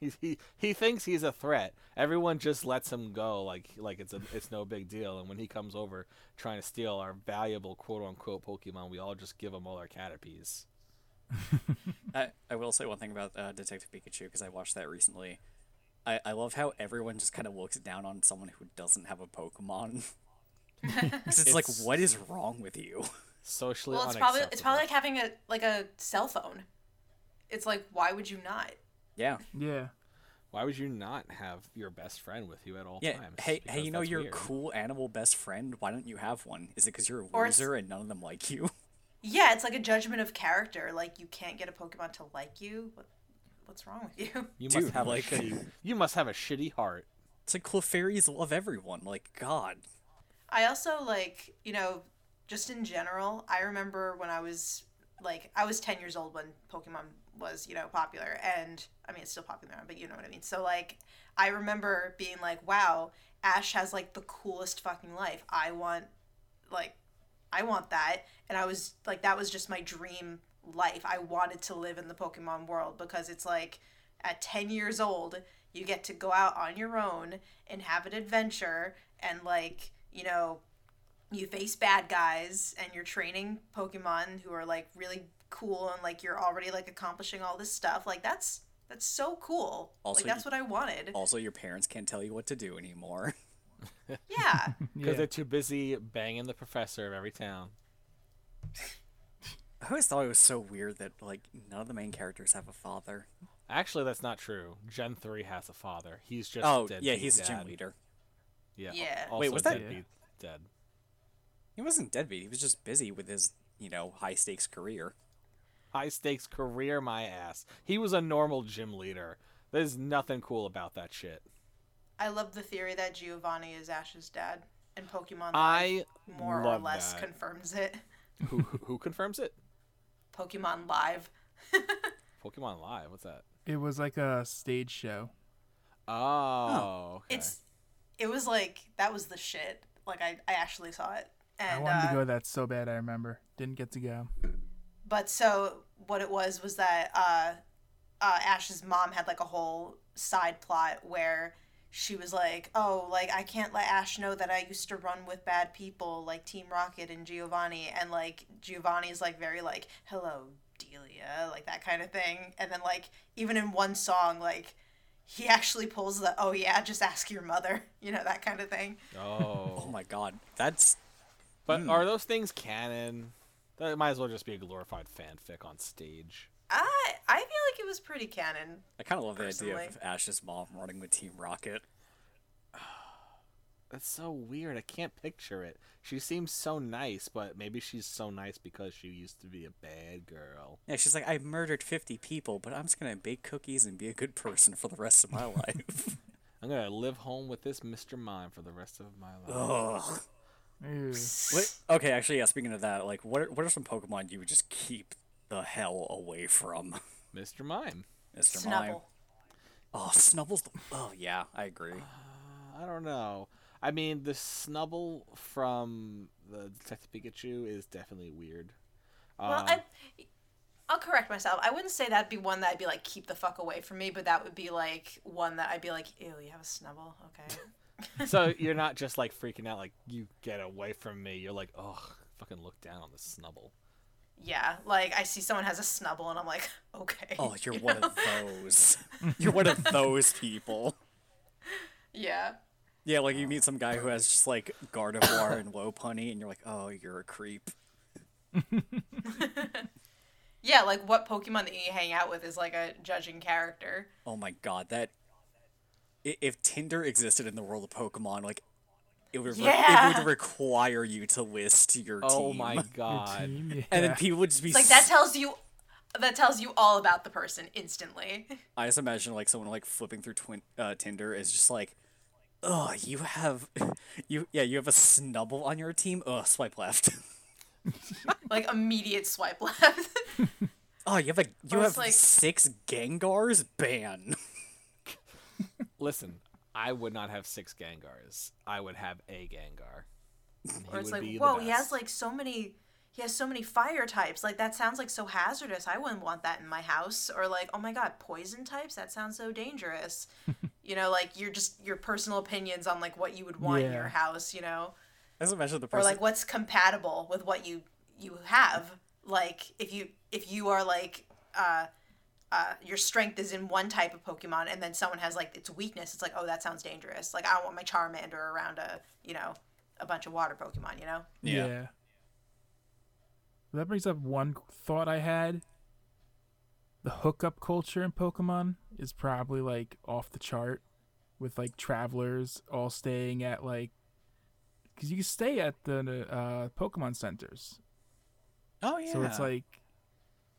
C: he, he, he he thinks he's a threat. Everyone just lets him go like like it's a it's no big deal. And when he comes over trying to steal our valuable quote unquote Pokemon, we all just give him all our Caterpies.
B: I, I will say one thing about uh, Detective Pikachu because I watched that recently. I, I love how everyone just kind of looks down on someone who doesn't have a Pokemon. 'Cause it's, like,
C: It's-
B: what is wrong with you?
C: Socially
D: Well, it's probably
C: unacceptable.
D: it's probably like having a like a cell phone. It's like why would you not?
B: yeah,
A: Yeah.
C: Why would you not have your best friend with you at all
B: yeah.
C: times?
B: hey, hey,
C: Because
B: you know
C: that's
B: your
C: weird.
B: cool animal best friend. Why don't you have one? Is it because you're a
D: Or it's-
B: loser and none of them like you?
D: Yeah, it's like a judgment of character. Like you can't get a Pokemon to like you. What, what's wrong with you?
C: You
B: Dude,
C: must have
B: like-
C: a shitty, you must have a shitty heart.
B: It's like Clefairies love everyone. Like God.
D: I also like, you know, just in general, I remember when I was like I was 10 years old when Pokemon was, you know, popular and I mean it's still popular now, but you know what I mean. So like I remember being like, wow, Ash has like the coolest fucking life. I want like I want that. And I was like, that was just my dream life. I wanted to live in the Pokemon world because it's like at 10 years old, you get to go out on your own and have an adventure and like, you know, you face bad guys and you're training Pokemon who are like really cool and like you're already like accomplishing all this stuff. Like that's that's so cool.
B: Also,
D: like that's what I wanted.
B: Also, your parents can't tell you what to do anymore.
D: Yeah.
A: Yeah.
C: Because they're too busy banging the professor of every town.
B: I always thought it was so weird that like none of the main characters have a father.
C: Actually, that's not true. Gen three has a father. He's just
B: Oh
C: dead
B: yeah,
C: beat
B: he's a
C: dad.
B: gym leader.
C: Yeah.
D: Yeah.
C: al-
B: Wait,
C: also
B: was that-
C: dead beat dead?
B: He wasn't deadbeat. He was just busy with his you know high stakes career.
C: High stakes career, my ass. He was a normal gym leader. There's nothing cool about that shit.
D: I love the theory that Giovanni is Ash's dad and Pokemon
C: I
D: Live more or
C: love
D: less
C: that.
D: confirms it.
C: who, who who confirms it?
D: Pokemon Live.
C: Pokemon Live. What's that?
A: It was like a stage show.
C: Oh, okay.
D: It's it was like that was the shit. Like I, I actually saw it.
A: I
D: And
A: wanted
D: uh,
A: to go that so bad. I remember. Didn't get to go.
D: But so what it was was that uh, uh, Ash's mom had like a whole side plot where she was like, "Oh, like I can't let Ash know that I used to run with bad people like Team Rocket and Giovanni," and like Giovanni's like very like, "Hello, Delia," like that kind of thing. And then like even in one song, like he actually pulls the, "Oh yeah, just ask your mother," you know that kind of thing.
C: oh.
B: Oh my god, that's
C: But
B: Hmm.
C: are those things canon? That might as well just be a glorified fanfic on stage.
D: I I feel like it was pretty canon.
B: I kind of love the idea of
D: Personally.
B: Ash's mom running with Team Rocket.
C: That's so weird. I can't picture it. She seems so nice, but maybe she's so nice because she used to be a bad girl.
B: Yeah, she's like, I murdered fifty people, but I'm just gonna bake cookies and be a good person for the rest of my life.
C: I'm gonna live home with this Mr. Mime for the rest of my life.
B: Ugh.
A: Ew.
B: What? Okay, actually, yeah. Speaking of that, like, what are, what are some Pokemon you would just keep the hell away from,
C: Mr. Mime.
B: Mister Mime?
D: Snubble.
B: Oh, Snubble's. The, oh yeah, I agree.
C: Uh, I don't know. I mean, the snubble from the Detective Pikachu is definitely weird.
B: Um,
C: Um,
D: Well, I, I'll correct myself. I wouldn't say that'd be one that I'd be like, keep the fuck away from me, but that would be like one that I'd be like, ew, you have a snubble? Okay.
C: so you're not just like freaking out, like you get away from me. You're like, oh, fucking look down on the snubble.
D: yeah. Like, I see someone has a snubble and I'm like, okay.
B: Oh, you're one of those. You're one of those people.
D: Yeah.
B: Yeah, like you meet some guy who has just like Gardevoir and Lopunny, and you're like, oh, you're a creep.
D: Yeah, like what Pokemon that you hang out with is like a judging character.
B: Oh my god, that. i- If Tinder existed in the world of Pokemon, like, it would, re- it
D: Yeah.
B: would require you to list your team.
C: Oh my
A: Your
C: god.
A: team? Yeah.
B: And then people would just be
D: Like, that tells you. That tells you all about the person instantly.
B: I just imagine like someone like flipping through twin- uh, Tinder is just like, oh, you have, you yeah, you have a snubble on your team. Oh, swipe left.
D: Like immediate swipe left.
B: oh, you have a you
D: Or it's
B: have
D: like-
B: six Gengars ban.
C: Listen, I would not have six Gengars. I would have a Gengar. And he
D: or it's
C: would
D: like,
C: be the
D: whoa, he
C: best.
D: has like so many, he has so many fire types. Like that sounds like so hazardous. I wouldn't want that in my house. Or like, oh my god, poison types. That sounds so dangerous. you know, like your just your personal opinions on like what you would want in
A: Yeah.
D: your house. You know,
B: I just imagine the
D: or
B: person.
D: like what's compatible with what you you have. Like if you if you are like. uh uh, your strength is in one type of Pokemon, and then someone has like its weakness. It's like, oh, that sounds dangerous. Like I don't want my Charmander around a, you know, a bunch of water Pokemon. You know.
B: yeah.
A: That brings up one thought I had. The hookup culture in Pokemon is probably like off the chart with like travelers all staying at like cuz you can stay at the uh Pokemon centers.
B: Oh yeah.
A: So it's like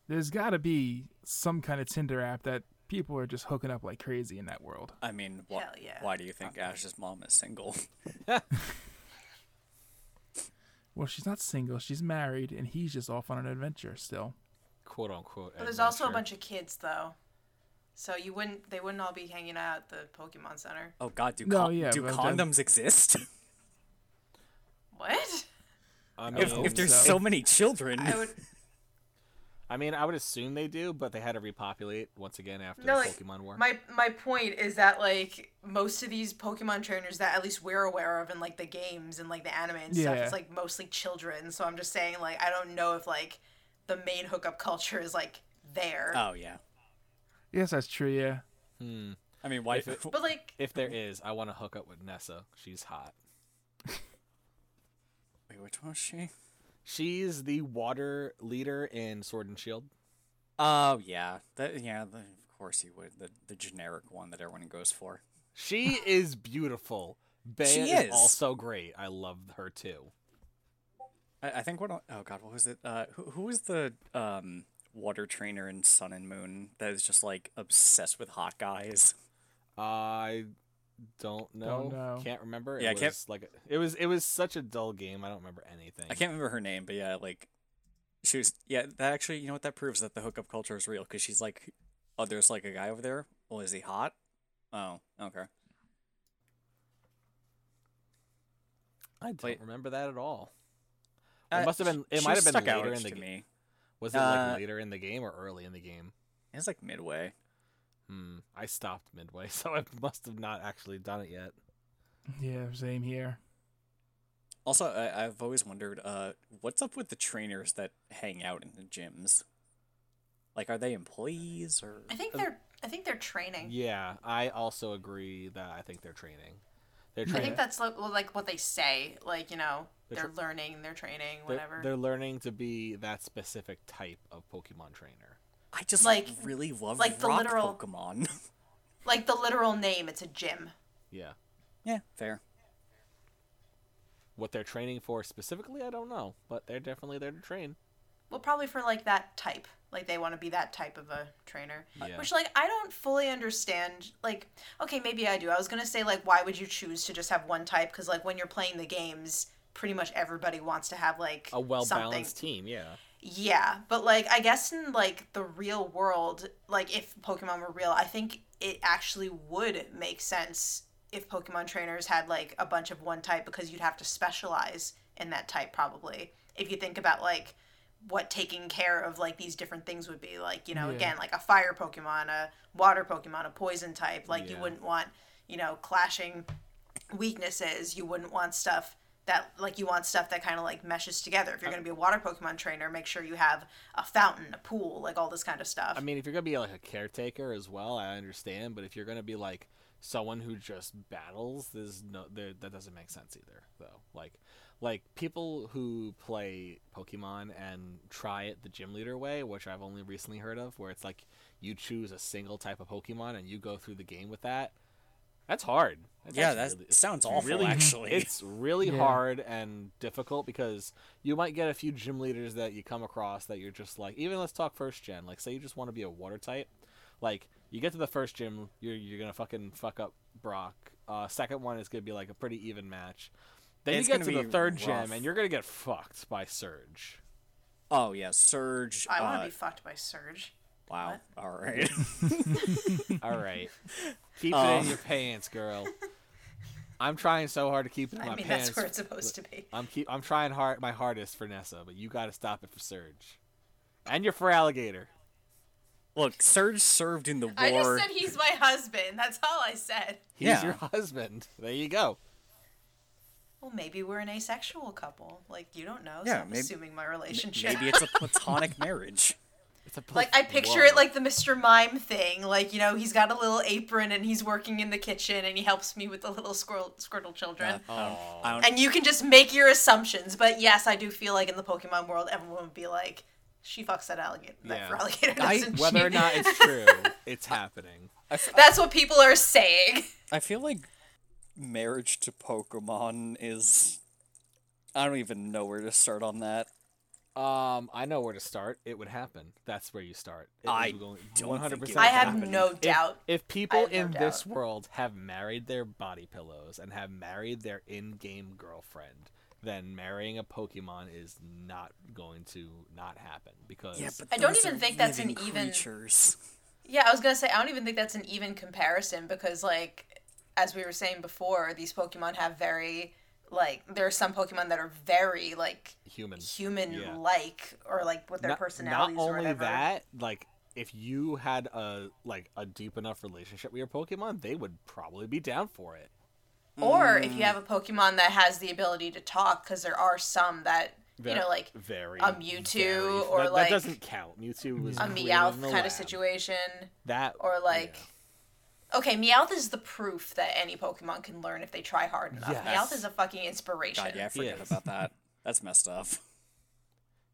A: there's got to be some kind of Tinder app that people are just hooking up like crazy in that world.
B: I mean, wh-
D: Hell yeah.
B: why do you think Ash's mom is single?
A: Well, she's not single, she's married and he's just off on an adventure still.
C: quote unquote.
D: But there's also a bunch of kids though, so you wouldn't they wouldn't all be hanging out at the Pokemon Center.
B: Oh God, do
A: No,
B: con-
A: yeah,
B: do
A: but then-
B: condoms exist?
D: What?
C: I mean,
B: If, if there's
A: so.
B: so many children,
D: I would.
C: I mean, I would assume they do, but they had to repopulate once again after
D: No,
C: the
D: like,
C: Pokemon War.
D: My my point is that like most of these Pokemon trainers that at least we're aware of in like the games and like the anime and stuff,
A: Yeah.
D: it's like mostly children. So I'm just saying like I don't know if like the main hookup culture is like there.
B: oh yeah.
A: Yes, that's true. Yeah.
B: I mean, why?
D: But like
C: Hmm. if there is, I want to hook up with Nessa. She's hot.
B: Wait, which one was she?
C: She's the water leader in Sword and Shield.
B: Oh yeah, that yeah. The, of course you would. The the generic one that everyone goes for.
C: She is beautiful. Bea
B: She
C: is.
B: is.
C: also great. I love her too.
B: I, I think what? Oh god, what was it? Uh, who who was the um water trainer in Sun and Moon that is just like obsessed with hot guys?
C: I don't know.
A: Don't know.
C: Can't remember.
B: Yeah, I
C: it
B: can't-
C: was like it was. It was such a dull game. I don't remember anything.
B: I can't remember her name, but yeah, like she was. Yeah, that actually, you know what? That proves that the hookup culture is real because she's like, oh, there's like a guy over there. Well, is he hot? Oh, okay.
C: I don't
B: Wait.
C: remember that at all.
B: Uh,
C: It must have been. It
B: she
C: might have
B: stuck
C: been
B: out
C: later in the
B: to
C: game.
B: me.
C: Was it
B: Uh,
C: like later in the game or early in the game? Hmm.
B: It was like midway.
C: I stopped midway, so I must have not actually done it yet.
A: Yeah. Same here.
B: Also, I, I've always wondered, uh, what's up with the trainers that hang out in the gyms? Like, are they employees or?
D: I think they're I think they're training.
C: Yeah, I also agree that I think they're training. They're
D: I
C: training.
D: think that's like, well, like what they say. Like you know they're
C: tr-
D: learning, they're training, whatever.
C: They're, they're learning to be that specific type of Pokemon trainer.
B: I just
D: Like-
B: like really love
D: like the
B: rock
D: literal-
B: Pokemon.
D: Like the literal name, it's a gym.
C: Yeah.
B: yeah, fair.
C: What they're training for specifically, I don't know, but they're definitely there to train.
D: Well, probably for like that type. Like they want to be that type of a trainer.
C: Yeah.
D: Which like I don't fully understand. Like okay, maybe I do. I was going to say like why would you choose to just have one type cuz like when you're playing the games, pretty much everybody wants to have like
C: A well
D: something.
C: balanced team, yeah.
D: Yeah, but like I guess in like the real world, like if Pokemon were real, I think it actually would make sense if Pokemon trainers had like a bunch of one type because you'd have to specialize in that type probably. If you think about like what taking care of like these different things would be like, you know,
A: Yeah.
D: again, like a fire Pokemon, a water Pokemon, a poison type, like you
C: Yeah.
D: wouldn't want, you know, clashing weaknesses. You wouldn't want stuff that like you want stuff that kind of like meshes together. If you're going to be a water Pokemon trainer, make sure you have a fountain, a pool, like all this kind of stuff.
C: I mean, if you're going to be like a caretaker as well, I understand, but if you're going to be like someone who just battles, there's no there, that doesn't make sense either, though. Like like people who play Pokemon and try it the gym leader way, which I've only recently heard of, where it's like you choose a single type of Pokemon and you go through the game with that. That's hard. That's
B: yeah,
C: actually
B: that
C: really-
B: sounds awful.
C: really-
B: actually,
C: it's really
A: Yeah.
C: hard and difficult because you might get a few gym leaders that you come across that you're just like even let's talk first gen like say you just want to be a water type like you get to the first gym you're, you're gonna fucking fuck up brock uh, second one is gonna be like a pretty even match then
B: It's
C: you get
B: gonna
C: to the
B: be
C: third
B: rough.
C: gym and you're gonna get fucked by surge
B: oh yeah, Surge.
D: I want to
B: uh,
D: be fucked by Surge.
B: wow. All right.
C: all right keep it
B: Um.
C: in your pants girl i'm trying so hard to keep it in
D: I
C: my
D: mean,
C: pants
D: that's where it's supposed to be.
C: I'm keep I'm trying hard my hardest for Nessa, but you got to stop it for Surge, and you're for Alligator.
B: Look, Surge served in the war.
D: I just said he's my husband. That's all I said.
C: He's
B: Yeah.
C: your husband. There you go.
D: Well, maybe we're an asexual couple. Like you don't know.
B: Yeah,
D: Yeah, I'm
B: maybe-
D: assuming my relationship.
B: Maybe it's a platonic marriage.
C: It's a
D: like I picture it like the Mr. Mime thing. Like you know, he's got a little apron and he's working in the kitchen and he helps me with the little squirrel squirtle children.
B: Oh, I don't,
D: and you can just make your assumptions. But yes, I do feel like in the Pokemon world, everyone would be like, "She fucks that alligator, that
C: Yeah.
D: for alligator,
B: I-
D: doesn't
C: whether
D: she?"
C: or not it's true, it's happening.
D: That's what people are saying.
B: I feel like marriage to Pokemon is. I don't even know where to start on that.
C: Um, I know where to start. It would happen. That's where you start. It
B: I
C: was going-
B: don't think it would
D: I
B: It's
D: have
B: happening.
D: no doubt.
C: If people
D: have no
C: in this
D: doubt.
C: world have married their body pillows and have married their in-game girlfriend, then marrying a Pokemon is not going to not happen because
D: I don't those even are think that's an living even- yeah, I was gonna say I don't even think that's an even comparison because, like, as we were saying before, these Pokemon have very like there are some Pokemon that are very like
C: Human.
D: human
C: Yeah.
D: like or like with their
C: not,
D: personalities
C: Not only
D: or whatever.
C: that, like if you had a like a deep enough relationship with your Pokemon, they would probably be down for it.
D: Or if
C: Mm.
B: Mm.
D: you have a Pokemon that has the ability to talk, because there are some that you
C: They're
D: know like
C: very
D: a Mewtwo
C: very-
D: or,
C: that, that
D: like,
C: doesn't count. Mewtwo was
D: a
C: created
D: Meowth
C: in the
D: kind
C: lab.
D: of situation.
C: That
D: Or like,
C: yeah.
D: okay, Meowth is the proof that any Pokemon can learn if they try hard enough.
C: Yes.
D: Meowth is a fucking inspiration.
B: God, yeah, I forget
C: Yes.
B: about that. That's messed up.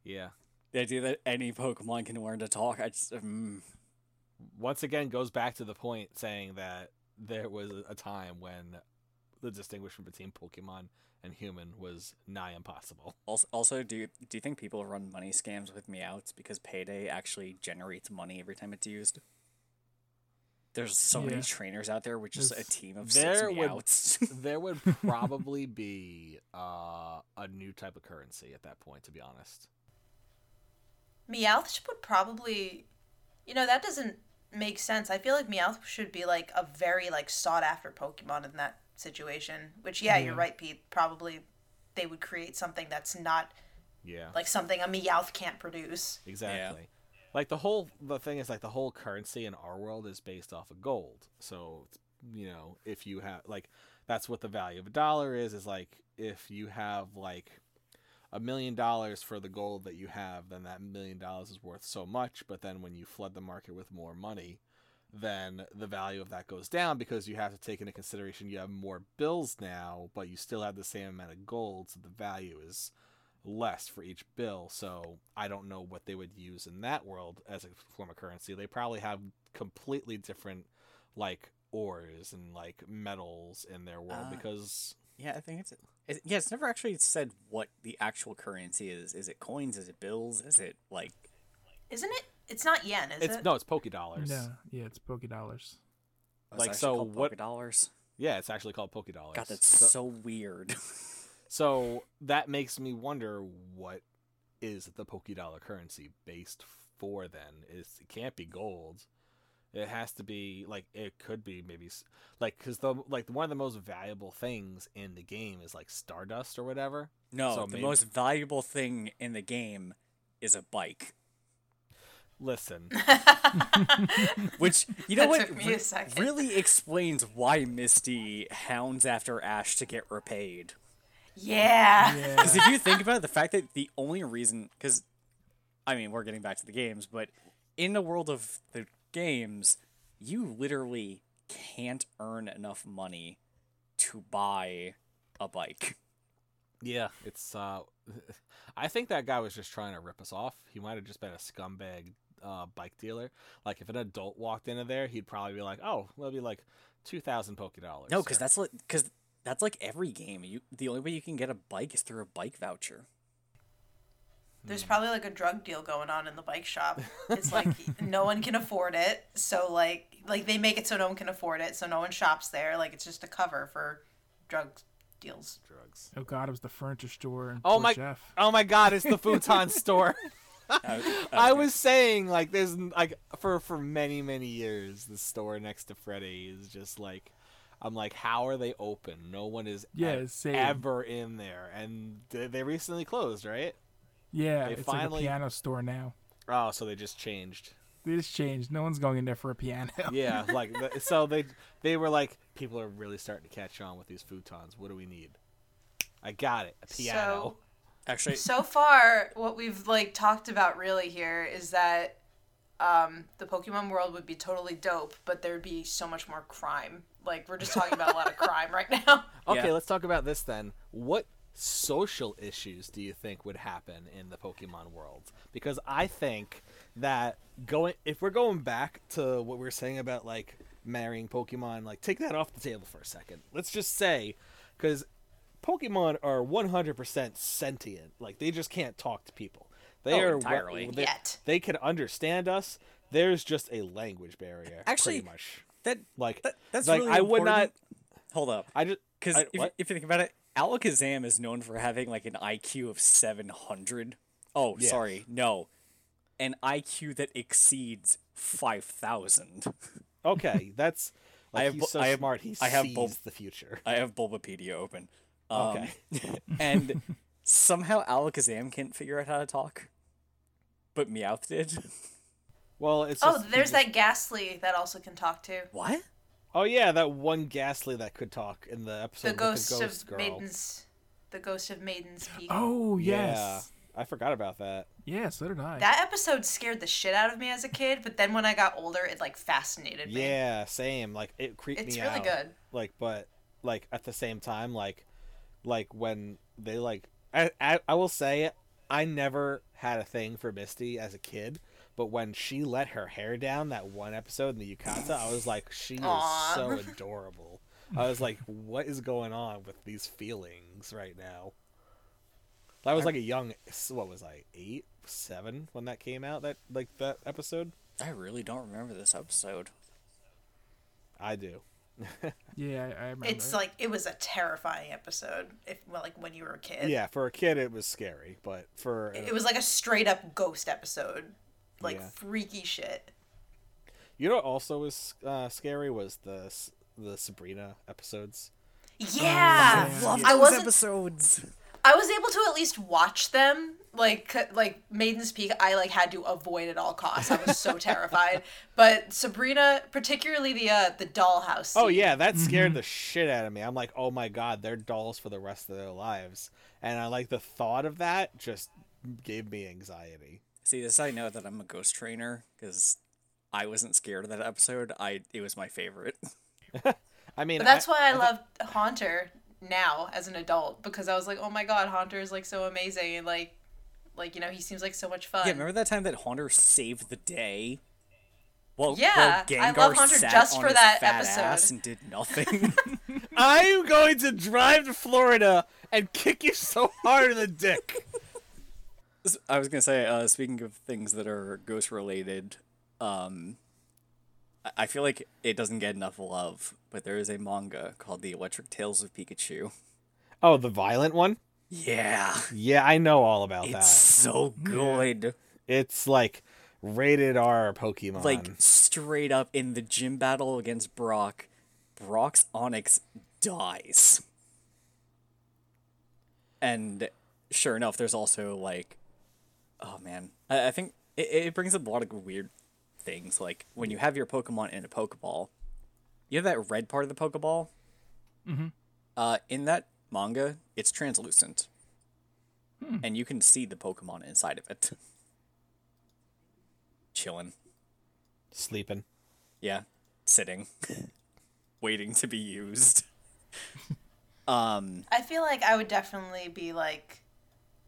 C: yeah.
B: The idea that any Pokemon can learn to talk, I just. Mm,
C: once again goes back to the point saying that there was a time when the distinguishment between Pokemon and human was nigh impossible.
B: also, also, do you, do you think people run money scams with Meowths because Payday actually generates money every time it's used? There's so
A: Yeah.
B: many trainers out there with just a
A: There's-
B: team of six
C: there would-
B: Meowths.
C: There would probably be uh, a new type of currency at that point, to be honest.
D: Meowth would probably, you know, that doesn't make sense. I feel like Meowth should be like a very like sought after Pokemon in that situation. Which yeah,
C: Mm-hmm.
D: you're
A: Yeah.
D: right, Pete. Probably they would create something that's not
C: Yeah,
D: like something a Meowth can't produce.
C: exactly. Like the whole the thing is like the whole currency in our world is based off of gold. So you know if you have like that's what the value of a dollar is is like if you have like a million dollars for the gold that you have, then that million dollars is worth so much. But then when you flood the market with more money, then the value of that goes down because you have to take into consideration you have more bills now, but you still have the same amount of gold, so the value is less for each bill. So I don't know what they would use in that world as a form of currency. They probably have completely different, like, ores and like metals in their world because
B: Yeah, I think it's it, yeah. It's never actually said what the actual currency is. Is it coins? Is it bills? Is it like
D: Isn't it? It's not yen, is
C: it's
D: it?
C: no, it's Poké dollars.
A: Yeah, yeah, it's Poke Dollars.
B: it's
C: Like,
B: actually
C: so
B: called
C: what-
B: Poké dollars?
C: Yeah, it's actually called Poké Dollars.
B: God, that's
C: so,
B: so, weird.
C: so that makes me wonder what is the Poké Dollar currency based for? Then is it can't be gold. It has to be like it could be maybe s- like because the like one of the most valuable things in the game is like Stardust or whatever.
B: no,
C: So
B: the
C: maybe-
B: most valuable thing in the game is a bike.
C: Listen,
B: Which you know
D: That
B: what
D: took me a second.
B: really explains why Misty hounds after Ash to get repaid.
D: Yeah.
A: Yeah,
B: Because if you think about it, the fact that the only reason, because I mean, we're getting back to the games, but in the world of the games, you literally can't earn enough money to buy a bike.
C: yeah, it's uh, I think that guy was just trying to rip us off. He might have just been a scumbag uh, bike dealer. Like if an adult walked into there, he'd probably be like, "Oh, that'll be like two thousand Poké Dollars."
B: No, because that's like because that's like every game. You the only way you can get a bike is through a bike voucher.
C: Hmm.
D: There's probably like a drug deal going on in the bike shop. It's like no one can afford it, so like like they make it so no one can afford it, so no one shops there. Like it's just a cover for drug deals.
C: drugs.
A: oh god, it was the furniture store. And
C: Oh
A: poor
C: my!
A: Jeff.
C: Oh my God! It's the futon store.
B: I,
C: I was saying like there's like for for many many years the store next to Freddy is just like I'm like how are they open? No one is
A: Yeah,
C: ev-
A: same.
C: ever in there, and they- they recently closed, right?
A: Yeah,
C: They
A: it's
C: finally-
A: like a piano store now.
C: Oh, so they just changed.
A: They just changed. No one's going in there for a piano.
C: Yeah, like th- so they they were like people are really starting to catch on with these futons. What do we need? I got it. A piano.
D: So
B: actually
D: so far, what we've like talked about really here is that um, the Pokemon world would be totally dope, but there'd be so much more crime. Like we're just talking about a lot of crime right now.
C: okay,
B: yeah.
C: let's talk about this then. What social issues do you think would happen in the Pokemon world? Because I think that going if we're going back to what we were saying about like marrying Pokemon, like take that off the table for a second. Let's just say cuz Pokemon are 100% sentient. Like they just can't talk to people. They
B: Oh,
C: are
B: entirely.
C: They,
D: Yet.
C: they can understand us. There's just a language barrier.
B: Actually,
C: pretty much.
B: that
C: Like-
B: that- that's
C: like,
B: really
C: I would
B: important. hold up.
C: I just
B: Because
C: I-
B: if,
C: what?
B: if you think about it, Alakazam is known for having like an IQ of 700. Oh,
C: Yeah.
B: sorry, no, an IQ that exceeds 5,000.
C: Okay, that's like
B: have
C: he's
B: bu-
C: so
B: I have-
C: smart. He
B: I have
C: sees
B: both-
C: the future.
B: I have Bulbapedia open. Um,
C: Okay.
B: and somehow Alakazam can't figure out how to talk, but Meowth did.
C: Well, it's
D: Oh,
C: just- you
D: there's
C: just-
D: that Ghastly that also can talk too.
B: What?
C: Oh yeah, that one ghastly that could talk in the episode.
D: The ghost,
C: with the ghost
D: of
C: girl.
D: Maiden's. The ghost of Maiden's Peak.
A: Oh yes,
C: Yeah, I forgot about that.
A: yeah. so did I.
D: That episode scared the shit out of me as a kid, but then when I got older, it like fascinated me.
C: Yeah, same. Like it creeped
D: It's
C: me out.
D: really good.
C: Like, but like at the same time, like, like when they like, I I, I will say it. I never had a thing for Misty as a kid, but when she let her hair down that one episode in the Yukata, I was like, she is
D: Aw.
C: so adorable. I was like, what is going on with these feelings right now? That was like a young. What was I? Eight, seven when that came out. That like that episode.
B: I really don't remember this episode.
C: I do.
A: Yeah, I, I remember.
D: It's like it was a terrifying episode. If well, like when you were a kid,
C: Yeah, for a kid, it was scary, but for uh,
D: it was like a straight up ghost episode, like
C: Yeah.
D: freaky shit.
C: you know, what also was uh, scary was the S- the Sabrina episodes.
D: Yeah,
B: Love
D: I
B: those
D: wasn't.
B: episodes.
D: I was able to at least watch them. Like c- like Maiden's Peak, I like had to avoid at all costs. I was so terrified. But Sabrina, particularly the uh, the dollhouse.
C: Oh
D: scene,
C: yeah, that scared the shit out of me. I'm like, oh my god, they're dolls for the rest of their lives, and I like the thought of that just gave me anxiety.
B: See, this I know that I'm a ghost trainer because I wasn't scared of that episode. I it was my favorite.
C: I mean,
D: But that's
C: I-
D: why I love Haunter now as an adult because I was like, oh my god, Haunter is like so amazing and like, like you know, he seems like so much fun.
B: Yeah, remember that time that Haunter saved the day? Well,
D: Yeah, I love Haunter just for that episode.
B: and did nothing.
C: I'm going to drive to Florida and kick you so hard in the dick.
B: I was gonna say, uh, speaking of things that are ghost related, um, I- I feel like it doesn't get enough love, but there is a manga called The Electric Tales of Pikachu.
C: Oh, the violent one?
B: Yeah,
C: Yeah, I know all about
B: it's
C: that.
B: so good.
C: It's like rated R Pokemon.
B: like straight up in the gym battle against Brock, Brock's Onyx dies. And sure enough, there's also like, oh man, I, I think it, it brings up a lot of weird things. Like when you have your Pokemon in a Pokeball, you have that red part of the Pokeball. Mm-hmm. Uh, in that manga, it's translucent, and you can see the Pokemon inside of it. Chilling.
C: sleeping.
B: Yeah, sitting, waiting to be used. Um,
D: I feel like I would definitely be like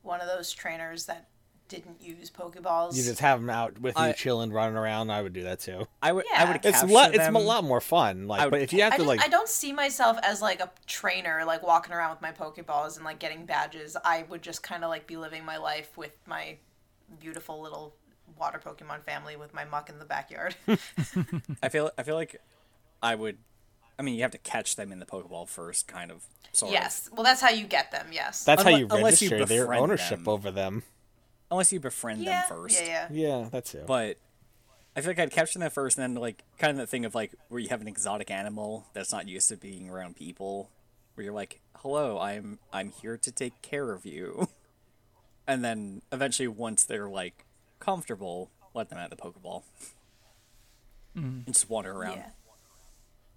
D: one of those trainers that didn't use Pokeballs.
C: You just have them out with you,
B: I-
C: chilling, running around. I would do that too.
B: I would, I
D: Yeah.
B: would.
C: It's
B: capture
C: lot, it's a
B: them.
C: lot more fun. Like,
B: would-
C: but if you have
D: I,
C: to
D: just,
C: like,
D: I don't see myself as like a trainer, like walking around with my Pokeballs and like getting badges. I would just kind of like be living my life with my beautiful little water Pokemon family with my muck in the backyard.
B: I feel, I feel like, I would. I mean, you have to catch them in the Pokeball first, kind of. Sort Of.
D: yes, well, that's how you get them. Yes.
C: that's how
B: unle-
C: you
B: unless you
C: register their
B: befriend
C: ownership
B: them.
C: over them.
B: Unless you befriend
D: yeah,
B: them first.
D: yeah, yeah.
C: Yeah, that's it.
B: But I feel like I'd capture them first, and then like kind of the thing of like where you have an exotic animal that's not used to being around people, where you're like, "Hello, I'm I'm here to take care of you," and then eventually once they're like comfortable, let them out the Pokeball and just wander around.
D: Yeah.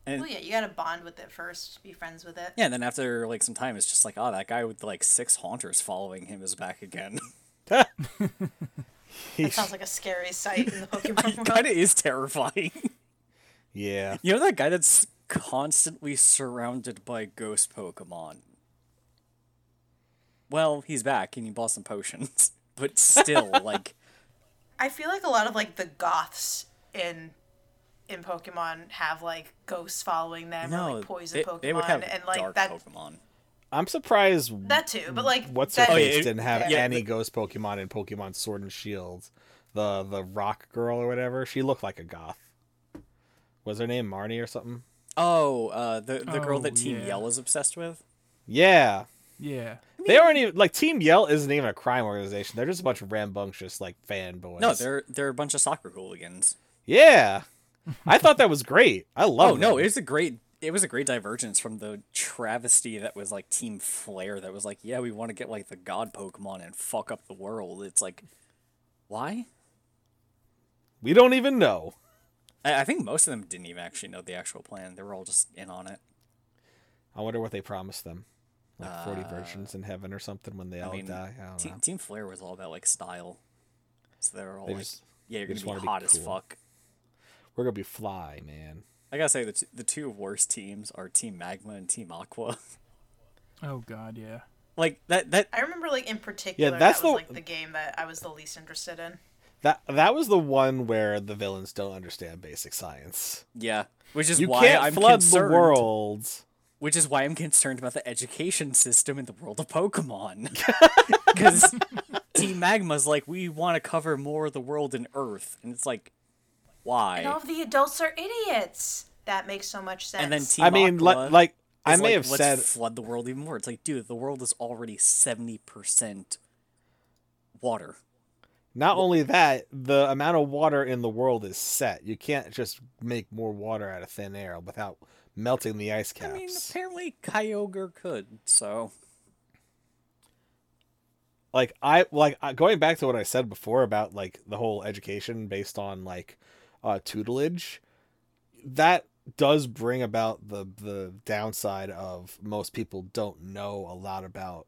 B: And-
D: well, yeah, you gotta bond with it first, be friends with it.
B: Yeah, and then after like some time, it's just like, oh, that guy with like six haunters following him is back again.
D: That sounds like a scary sight in the Pokemon world.
B: kind of is terrifying.
C: yeah,
B: You know that guy that's constantly surrounded by ghost Pokemon? Well, he's back and he bought some potions. But still, like,
D: I feel like a lot of like the goths in in Pokemon have like ghosts following them, or,
B: no,
D: like poison
B: they,
D: Pokemon,
B: they would have
D: and like
B: dark
D: that
B: Pokemon.
C: I'm surprised.
D: that too. But like
C: Mm, What's her
D: that,
C: face
B: Oh, yeah, it-
C: didn't have
B: yeah,
C: any
B: the-
C: ghost Pokemon in Pokemon Sword and Shield. The the rock girl or whatever, she looked like a goth. Was her name Marnie or something?
B: Oh, uh, the, the girl
A: Oh,
B: that Team
A: yeah.
B: Yell was obsessed with?
C: Yeah,
A: yeah,
C: they aren't even like Team Yell isn't even a crime organization. They're just a bunch of rambunctious like fanboys.
B: No, they're, they're a bunch of soccer hooligans.
C: yeah. I thought that was great. I love.
B: Oh, no,
C: them.
B: it's a great. it was a great divergence from the travesty that was like Team Flare that was like, yeah, we want to get like the god Pokemon and fuck up the world. It's like, why?
C: We don't even know.
B: I, I think most of them didn't even actually know the actual plan. They were all just in on it.
C: I wonder what they promised them. Like 40 virgins in heaven or something when they all
B: Uh, mean,
C: die. I don't
B: Team,
C: know.
B: Team Flare was all about like style. So they were all
C: They
B: like,
C: just-
B: yeah, you're gonna
C: they just
B: be
C: wanna be
B: hot as
C: cool.
B: fuck.
C: We're going to be fly, man.
B: I gotta say the t- the two worst teams are Team Magma and Team Aqua.
A: Oh God, yeah.
B: like that that
D: I remember, like in particular,
C: that's
D: that was
C: the-
D: like the game that I was the least interested in.
C: That that was the one where the villains don't understand basic science.
B: yeah, which is
C: You
B: why
C: can't
B: I'm
C: flood
B: concerned.
C: the world.
B: Which is why I'm concerned about the education system in the world of Pokemon. Because Team Magma's like, we want to cover more of the world in Earth, and it's like, why?
D: And all of the adults are idiots. That makes so much sense.
B: And then Team
C: I mean, li-
B: Aqua
C: like I
B: is
C: may
B: like,
C: have
B: let's
C: said
B: flood the world even more. It's like, dude, the world is already seventy percent water.
C: Not only that, the amount of water in the world is set. You can't just make more water out of thin air without melting the ice
B: I mean,
C: caps.
B: apparently Kyogre could. So
C: like I like I- going back to what I said before about like the whole education based on like uh, tutelage. That does bring about the the downside of most people don't know a lot about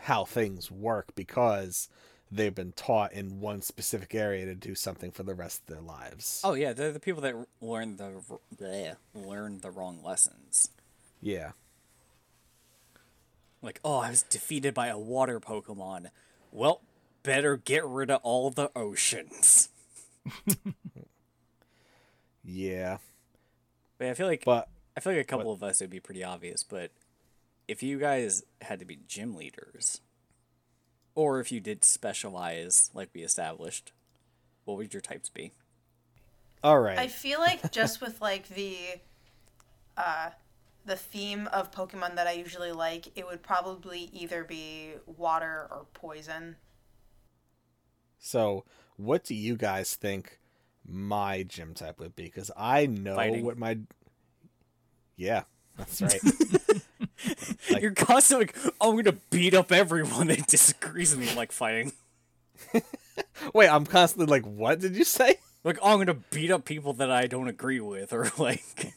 C: how things work because they've been taught in one specific area to do something for the rest of their lives.
B: Oh yeah, they're the people that r- learn the r- bleh, learn the wrong lessons.
C: Yeah.
B: Like, oh, I was defeated by a water Pokemon. Well, better get rid of all the oceans.
C: Yeah.
B: But I feel like
C: But
B: I feel like a couple of us it would be pretty obvious. But if you guys had to be gym leaders, or if you did specialize like we established, what would your types be?
C: all right.
D: I feel like just with like the uh the theme of Pokemon that I usually like, it would probably either be water or poison.
C: So, what do you guys think my gym type would be? Because I know
B: Fighting.
C: what my. Yeah, that's right. Like-
B: You're constantly like, I'm gonna beat up everyone that disagrees with me like fighting.
C: Wait, I'm constantly like, what did you say?
B: Like, oh, I'm gonna beat up people that I don't agree with, or like,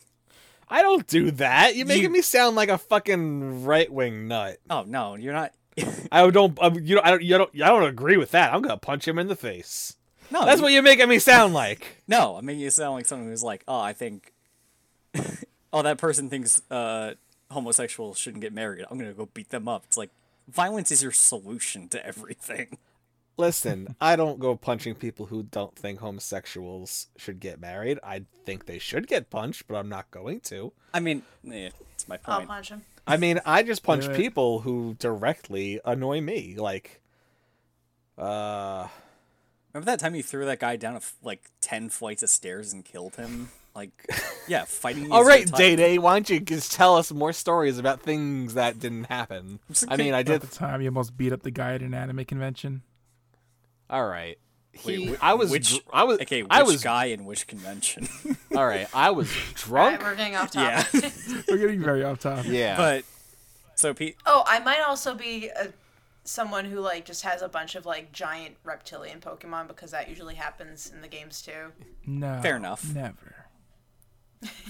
C: I don't do that. You're making
B: You-
C: me sound like a fucking right wing nut.
B: oh no, you're not.
C: I don't. I'm, you know. I don't. You don't. I don't agree with that. I'm gonna punch him in the face.
B: No,
C: That's
B: Oh, you-
C: what you're making me sound like.
B: No, I mean you sound like someone who's like, oh, I think, oh, that person thinks uh, homosexuals shouldn't get married. I'm gonna go beat them up. It's like violence is your solution to everything.
C: Listen, I don't go punching people who don't think homosexuals should get married. I think they should get punched, but I'm not going to.
B: I mean, eh, it's my
D: I'll
B: point.
D: punch him.
C: I mean, I just punch
A: Yeah.
C: people who directly annoy me. Like, uh,
B: Remember that time you threw that guy down a f- like ten flights of stairs and killed him? Like, yeah, fighting. is
C: all
B: your
C: right,
B: type.
C: Day Day, why don't you just tell us more stories about things that didn't happen? I mean, I
A: At
C: did.
A: the time, you almost beat up the guy at an anime convention.
C: All right, he,
B: Wait, wh-
C: I was.
B: which
C: dr- I was.
B: okay. Which
C: I was.
B: guy in which convention?
C: All right, I was
D: Alright,
C: drunk.
D: we're getting off
B: yeah.
D: topic.
A: We're getting very off topic.
C: yeah,
B: but so Pete,
D: Oh, I might also be a, someone who like just has a bunch of like giant reptilian Pokemon because that usually happens in the games too.
A: No.
B: Fair enough.
C: Oh,
A: Never.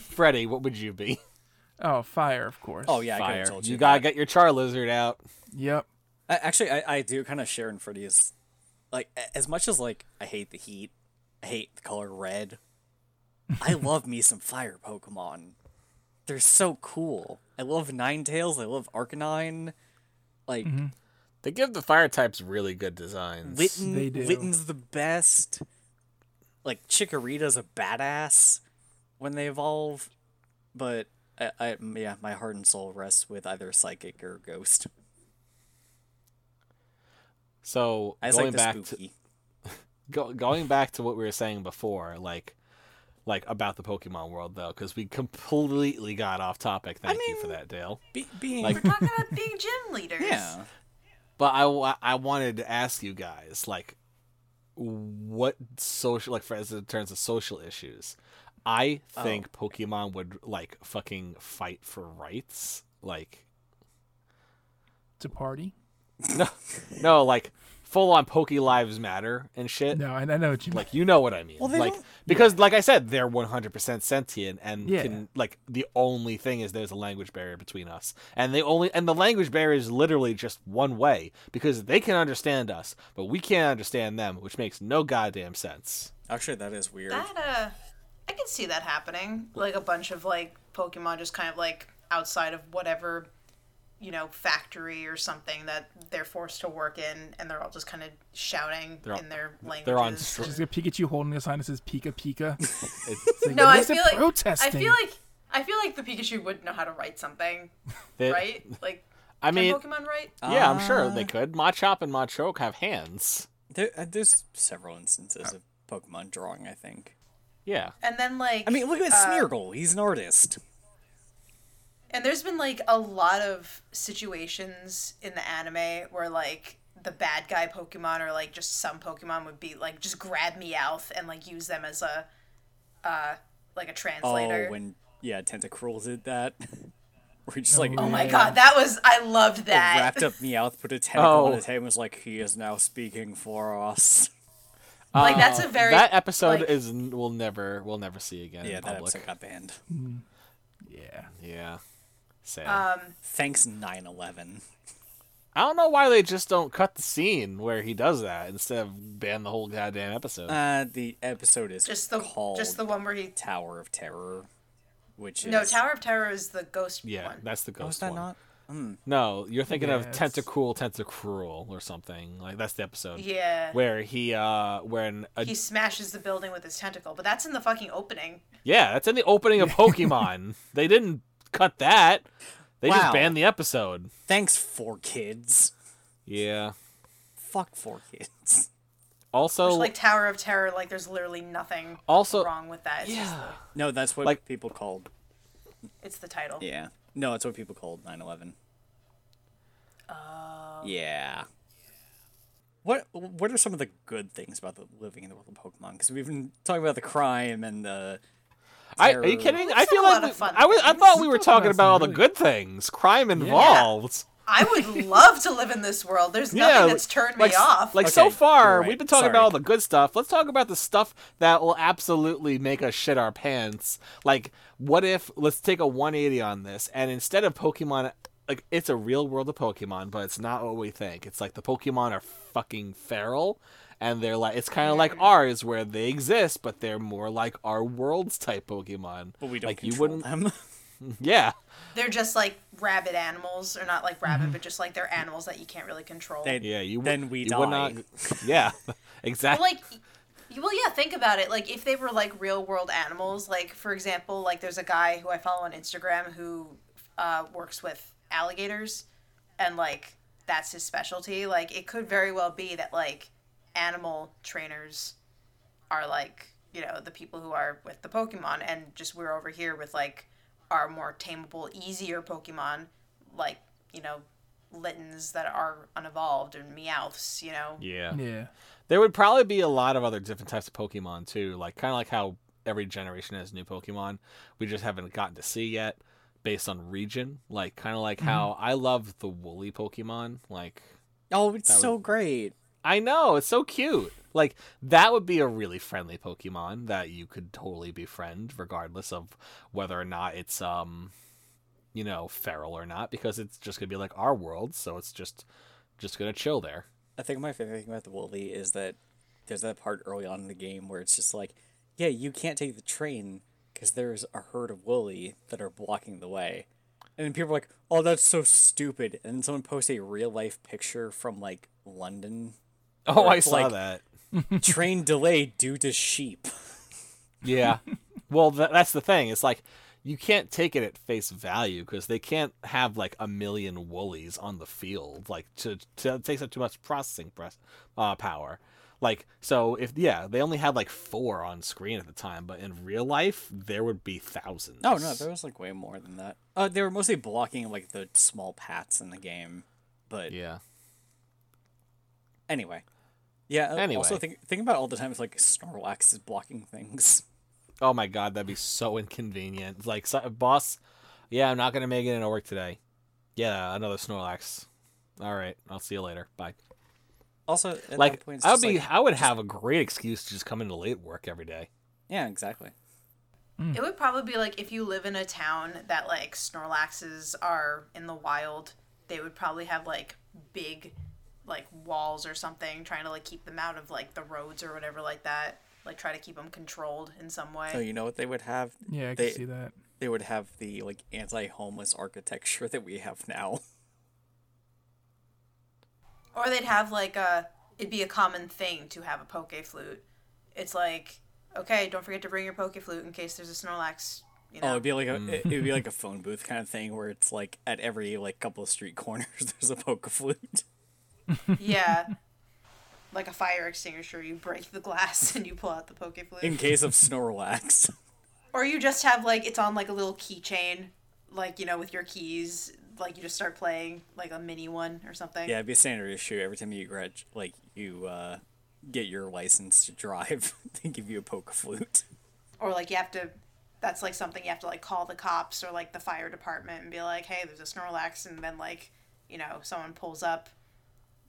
C: Freddy, what would you be?
A: Oh, fire, of course.
B: oh yeah, I could
C: Fire.
B: have told
C: You,
B: you.
C: gotta
B: that.
C: get your char lizard out.
A: Yep.
B: I, actually, I, I do kind of share in Freddy's. Like a- as much as like I hate the heat, I hate the color red. I love me some fire Pokemon. They're so cool. I love Ninetales. I love Arcanine. Like
A: Mm-hmm.
C: They give the fire types really good designs.
B: Litten,
A: They do.
B: Litten's the best. Like Chikorita's a badass when they evolve, but I, I yeah, my heart and soul rests with either psychic or ghost.
C: so
B: I just
C: going
B: like the
C: back to
B: spooky. Be- being
D: We're talking about being gym leaders.
B: yeah.
C: But I, wa- I wanted to ask you guys like what social like for as in terms of social issues. I think Pokemon would like fucking fight for rights. Like
A: to party.
C: no, no, like full on Poke Lives Matter and shit.
A: No, I, I know what you mean.
C: Like you know what I mean.
B: Well, they
C: like
B: don't-
C: because like I said, they're one hundred percent sentient and
A: Yeah.
C: can like the only thing is there's a language barrier between us. And they only and the language barrier is literally just one way because they can understand us, but we can't understand them, which makes no goddamn sense.
B: Actually, that is weird.
D: That uh, I can see that happening. Like a bunch of like Pokemon just kind of like outside of whatever, you know, factory or something that they're forced to work in, and they're all just kind of shouting
C: all-
D: in their languages.
C: They're on str-
A: Just a Pikachu holding a sign that says Pika Pika.
C: it's-
A: Like,
D: no, I
A: what's it
D: feel like
A: protesting?
D: I feel like I feel like the Pikachu would know how to write something,
C: they-
D: right? Like
C: I
D: can
C: mean,
D: Pokemon write?
C: yeah, I'm sure
B: Ah.
C: they could. Machop and Machoke have hands.
B: There, uh, there's several instances of Pokemon drawing. I think.
C: Yeah.
D: and then like
B: I mean, look at Smeargle. He's an artist.
D: And there's been like a lot of situations in the anime where like the bad guy Pokemon or like just some Pokemon would be like just grab Meowth and like use them as a uh like a translator.
B: Oh, when yeah, Tentacruel did that. We're just like
D: oh my god, that was I loved that.
B: wrapped up Meowth, put a tentacle on
C: Oh.
B: his head, and was like, "He is now speaking for us."
D: like that's a very
C: that episode
D: like-
C: is n- we'll never we'll never see again
B: Yeah,
C: in
B: that
C: public.
B: episode got banned.
A: yeah.
C: Yeah.
D: Uh,
C: Sad.
B: Thanks 9/11.
C: I don't know why they just don't cut the scene where he does that instead of ban the whole goddamn episode.
B: Uh, the episode is
D: just the
B: called
D: just the one where he
B: Tower of Terror, which is
D: No, Tower of Terror is the ghost
C: yeah,
D: one.
C: that's the ghost
B: Oh, is that
C: one.
B: not?
C: No, you're thinking of
A: Yes.
C: Tentacruel, Tentacruel, or something like that's the episode.
D: Yeah.
C: Where he, uh, when a,
D: He smashes the building with his tentacle, but that's in the fucking opening.
C: yeah, that's in the opening of Pokemon. they didn't cut that. They
B: Wow.
C: just banned the episode.
B: Thanks for kids.
C: Yeah.
B: Fuck for kids.
C: Also,
D: Like Tower of Terror, like there's literally nothing
C: also,
D: wrong with that. It's just
C: Yeah.
D: the,
B: No, that's what
C: Like-
B: people called.
D: it's the title.
B: Yeah. No, that's what people called 9/11. Oh. Yeah. What What are some of the good things about the living in the world of Pokemon? Because we've been talking about the crime and the.
C: I, are you
B: terror.
C: kidding? I
D: That's
C: feel
D: a lot
C: like
D: of
C: we-
D: fun
C: I was. I thought we were
A: Let's talk
C: talking
A: about
C: about all the
A: some
C: good things. Crime involved.
D: I would love to live in this world. There's nothing
C: Yeah,
D: that's turned
C: like,
D: me off.
C: Like
B: Okay,
C: so far,
B: you're right.
C: we've been talking about
B: Sorry.
C: all the good stuff. Let's talk about the stuff that will absolutely make us shit our pants. Like, what if let's take a 180 on this, and instead of Pokemon, like it's a real world of Pokemon, but it's not what we think. It's like the Pokemon are fucking feral, and they're like it's kind of like ours where they exist, but they're more like our world's type Pokemon.
B: But we don't
C: like you
B: control
C: wouldn't,
B: them.
C: yeah.
D: they're just like rabid animals, or not like
C: Mm-hmm.
D: rabid, but just like they're animals that you can't really control.
B: They-
C: Yeah, you. would-
B: Then we
C: you
B: die.
C: Would not, yeah,
D: But,
C: exactly.
D: like, you, well, yeah. Think about it. Like, if they were like real world animals, like for example, like there's a guy who I follow on Instagram who uh, works with alligators, and like that's his specialty. Like, it could very well be that like animal trainers are like you know the people who are with the pokemon and just we're over here with like our more tameable easier pokemon like you know littens that are unevolved and meowths you know
C: yeah.
A: Yeah.
C: There would probably be a lot of other different types of Pokemon too, like kind of like how every generation has new Pokemon. We just haven't gotten to see yet, based on region. Like kind of like how I love the woolly Pokemon. Like
B: oh, it's so great.
C: I know it's so cute. Like that would be a really friendly Pokemon that you could totally befriend, regardless of whether or not it's um, you know, feral or not, because it's just gonna be like our world, so it's just just gonna chill there.
B: I think my favorite thing about the Wooly is that there's that part early on in the game where it's just like, yeah, you can't take the train because there's a herd of Wooly that are blocking the way. And then people are like, oh, that's so stupid. And then someone posts a real life picture from like London
C: Oh, I
B: it's
C: saw
B: like-
C: that.
B: train delay due to sheep.
C: Yeah. well, th- that's the thing. It's like you can't take it at face value because they can't have like a million woolies on the field. Like to, to it takes up too much processing press uh, power. Like so, if yeah, they only had like four on screen at the time, but in real life there would be thousands.
B: Oh, No, no, there was like way more than that. Uh, they were mostly blocking like the small paths in the game. But
C: yeah.
B: anyway. uh, Yeah, anyway.
C: Anyway.
B: also think, think about all the times like Snorlax is blocking things.
C: Oh my god, that'd be so inconvenient. It's Like, so- boss, yeah, I'm not gonna make it into work today. Yeah, another Snorlax. All right, I'll see you later. Bye.
B: Also, at
C: Like,
B: that point, it's
C: I'd
B: just
C: be,
B: like-
C: I would have a great excuse to just come into late work every day.
B: yeah, exactly.
D: It would probably be like if you live in a town that like Snorlaxes are in the wild, they would probably have like big like walls or something trying to like keep them out of like the roads or whatever like that. Like try to keep them controlled in some way.
B: So you know what they would have?
A: Yeah, I can
B: They-
A: see that.
B: They would have the like anti-homeless architecture that we have now.
D: Or they'd have like a it'd be a common thing to have a poke flute. It's like, okay, don't forget to bring your poke flute in case there's a Snorlax, you
B: Oh,
D: know.
B: it'd be like a it- it'd be like a phone booth kind of thing where it's like at every like couple of street corners there's a poke flute.
D: yeah. Like a fire extinguisher, you break the glass and you pull out the poke flute.
B: in case of Snorlax.
D: Or you just have like it's on like a little keychain, like you know, with your keys. Like you just start playing like a mini one or something.
B: Yeah, it'd be a standard issue. Every time you grad, like you uh, get your license to drive, they give you a poke flute.
D: Or like you have to. That's like something you have to like call the cops or like the fire department and be like, hey, there's a Snorlax, and then like you know someone pulls up,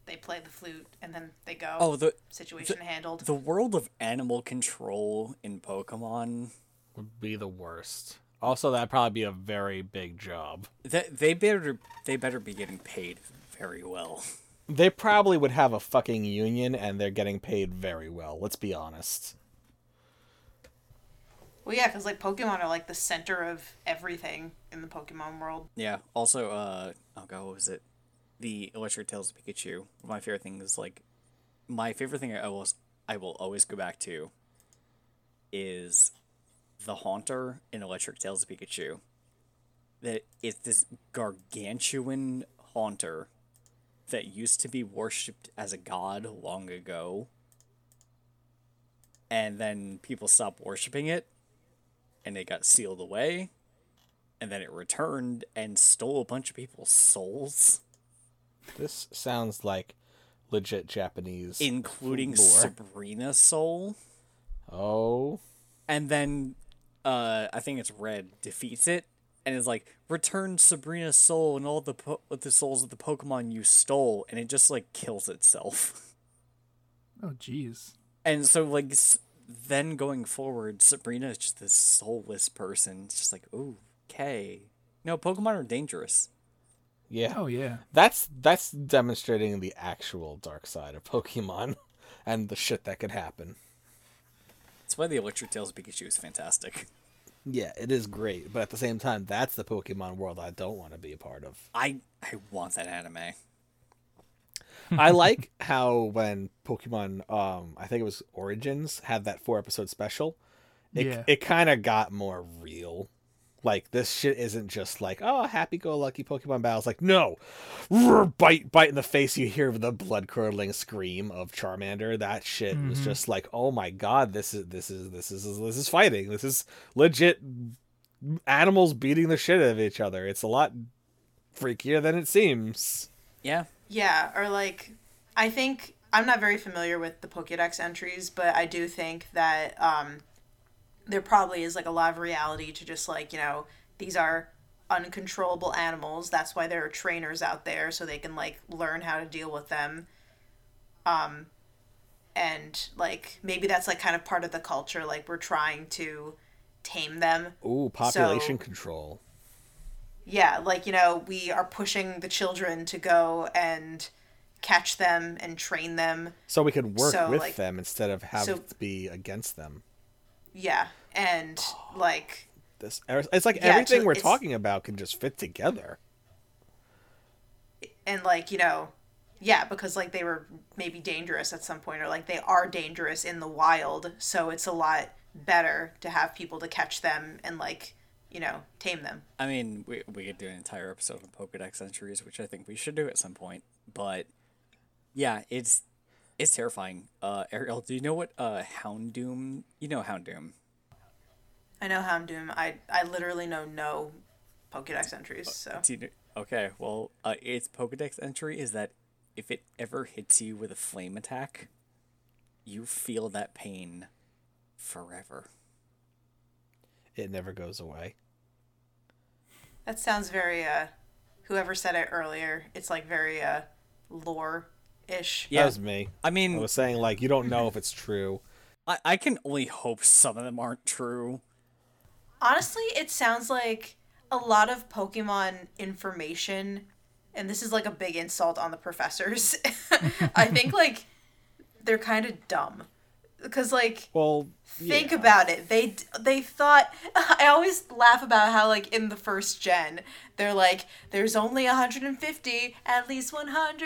D: they play the flute, and then they go.
B: Oh, the
D: situation handled.
B: the world of animal control in Pokemon.
C: Would be the worst. Also, that'd probably be a very big job.
B: They, they better they better be getting paid very well.
C: They probably would have a fucking union, and they're getting paid very well. Let's be honest.
D: well, yeah, because like Pokemon are like the center of everything in the Pokemon world.
B: Yeah. Also, uh, oh god, what was it? The Electric Tails Pikachu. My favorite thing is like, my favorite thing I always I will always go back to is the Haunter in Electric Tails Pikachu. That it's this gargantuan Haunter that used to be worshipped as a god long ago, and then people stopped worshipping it, and it got sealed away and then it returned and stole a bunch of people's souls,
C: This sounds like legit Japanese.
B: including
C: Lore.
B: Sabrina's soul.
C: oh,
B: And then uh, I think it's Red defeats it and is like, "Return Sabrina's soul and all the po- the souls of the Pokemon you stole," and it just like kills itself.
A: Oh, jeez.
B: And so like s- then going forward, Sabrina is just this soulless person. It's just like, "Ooh, okay, no Pokemon are dangerous."
C: yeah.
A: Oh, yeah.
C: That's that's demonstrating the actual dark side of Pokemon and the shit that could happen.
B: That's why the Electric Tails Pikachu is fantastic.
C: Yeah, it is great, but at the same time, that's the Pokemon world I don't want to be a part of.
B: I I want that anime.
C: I like how when Pokemon um I think it was Origins had that four episode special, it
A: Yeah.
C: it kind of got more real. Like this shit isn't just like, oh, happy go lucky Pokemon battles. Like, no. Roar, bite bite in the face you hear the blood curdling scream of Charmander. That shit was
A: Mhm.
C: just like, oh my god, this is this is this is this is fighting. This is legit animals beating the shit out of each other. It's a lot freakier than it seems.
B: Yeah.
D: Yeah, or like I think I'm not very familiar with the Pokédex entries, but I do think that um there probably is like a lot of reality to just like, you know, these are uncontrollable animals. That's why there are trainers out there so they can like learn how to deal with them. Um and like maybe that's like kind of part of the culture like we're trying to tame them
C: Ooh, population
D: population So-
C: control.
D: yeah, like, you know, we are pushing the children to go and catch them and train them.
C: So we could work
D: So,
C: with
D: like-
C: them instead of having
D: so-
C: to be against them.
D: Yeah. And, like,
C: This it's like
D: Yeah,
C: everything
D: to-
C: we're
D: it's-
C: talking about can just fit together.
D: and, like, you know, yeah, because, like, they were maybe dangerous at some point or, like, they are dangerous in the wild. So it's a lot better to have people to catch them and, like, you know, tame them.
B: I mean, we, we could do an entire episode on Pokedex entries, which I think we should do at some point. But yeah, it's it's terrifying. Uh, Ariel, do you know what uh Houndoom? You know Houndoom.
D: I know Houndoom. I, I literally know no Pokedex entries. So,
B: Do you know, okay, well, uh, its Pokedex entry is that if it ever hits you with a flame attack, you feel that pain forever.
C: It never goes away.
D: That sounds very uh whoever said it earlier, it's like very uh lore ish.
B: Yeah.
C: That was me.
B: I
C: I
B: mean,
C: was saying like you don't know if it's true.
B: I, I can only hope some of them aren't true.
D: Honestly, it sounds like a lot of Pokemon information, and this is like a big insult on the professors. I think like they're kind of dumb because like
C: Well,
D: think
C: yeah.
D: about it they they thought i always laugh about how like in the first gen they're like there's only 150 at least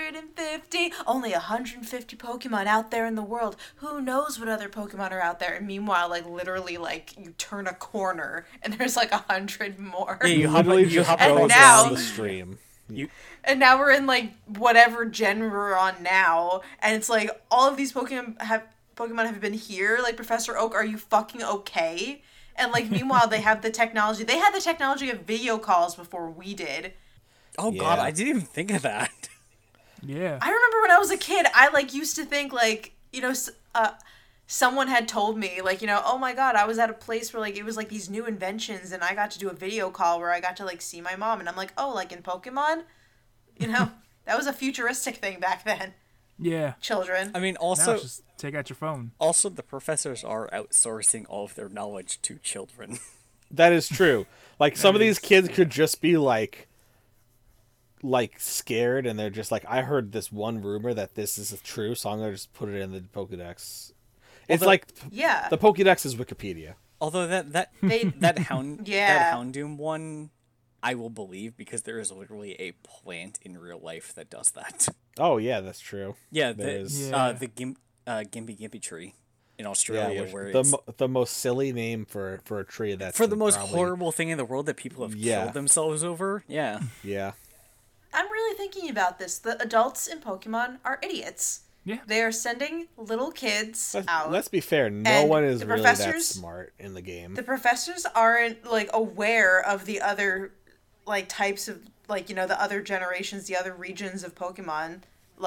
D: 150 only 150 pokemon out there in the world who knows what other pokemon are out there and meanwhile like literally like you turn a corner and there's like a hundred more
B: Yeah, you hop,
C: literally
B: you
C: just
B: hop
D: And
B: over
C: goes
B: the
D: now-
C: down the
B: sea.
C: stream.
D: and now we're in like whatever gen we're on now and it's like all of these pokemon have pokemon have been here like professor oak are you fucking okay and like meanwhile they have the technology they had the technology of video calls before we did
B: Oh god,
C: Yeah.
B: I didn't even think of that.
A: Yeah.
D: i remember when i was a kid i like used to think like you know s- uh someone had told me like you know oh my god i was at a place where like it was like these new inventions and i got to do a video call where i got to like see my mom and i'm like oh like in pokemon you know that was a futuristic thing back then
A: yeah.
D: children
B: I mean,
A: Now
B: also,
A: just take out your phone.
B: also the professors are outsourcing all of their knowledge to children.
C: That is true. Like some of these kids could just be like like scared and they're just like I heard this one rumor that this is true, so I'm gonna just put it in the Pokedex. It's
B: Although-
C: like
D: Yeah.
C: the Pokedex is Wikipedia.
B: Although that that
D: they
B: that hound
D: Yeah.
B: that houndoom one, I will believe because there is literally a plant in real life that does that.
C: Oh yeah, that's true.
B: Yeah, the,
C: There is-
A: Yeah.
B: Uh, the gimp, uh, gimpy gimpy tree in Australia,
C: which-
B: where
C: the
B: it's,
C: mo- the most silly name for for a tree that's
B: for the most
C: probably-
B: horrible thing in the world that people have
C: Yeah.
B: killed themselves over. Yeah,
C: Yeah,
D: I'm really thinking about this. The adults in Pokemon are idiots.
A: Yeah.
D: They are sending little kids
C: let's,
D: out.
C: let's be fair. No
D: And
C: one is
D: the
C: really that
D: professors-
C: smart in the game.
D: the professors aren't like aware of the other like types of like you know the other generations, the other regions of Pokemon.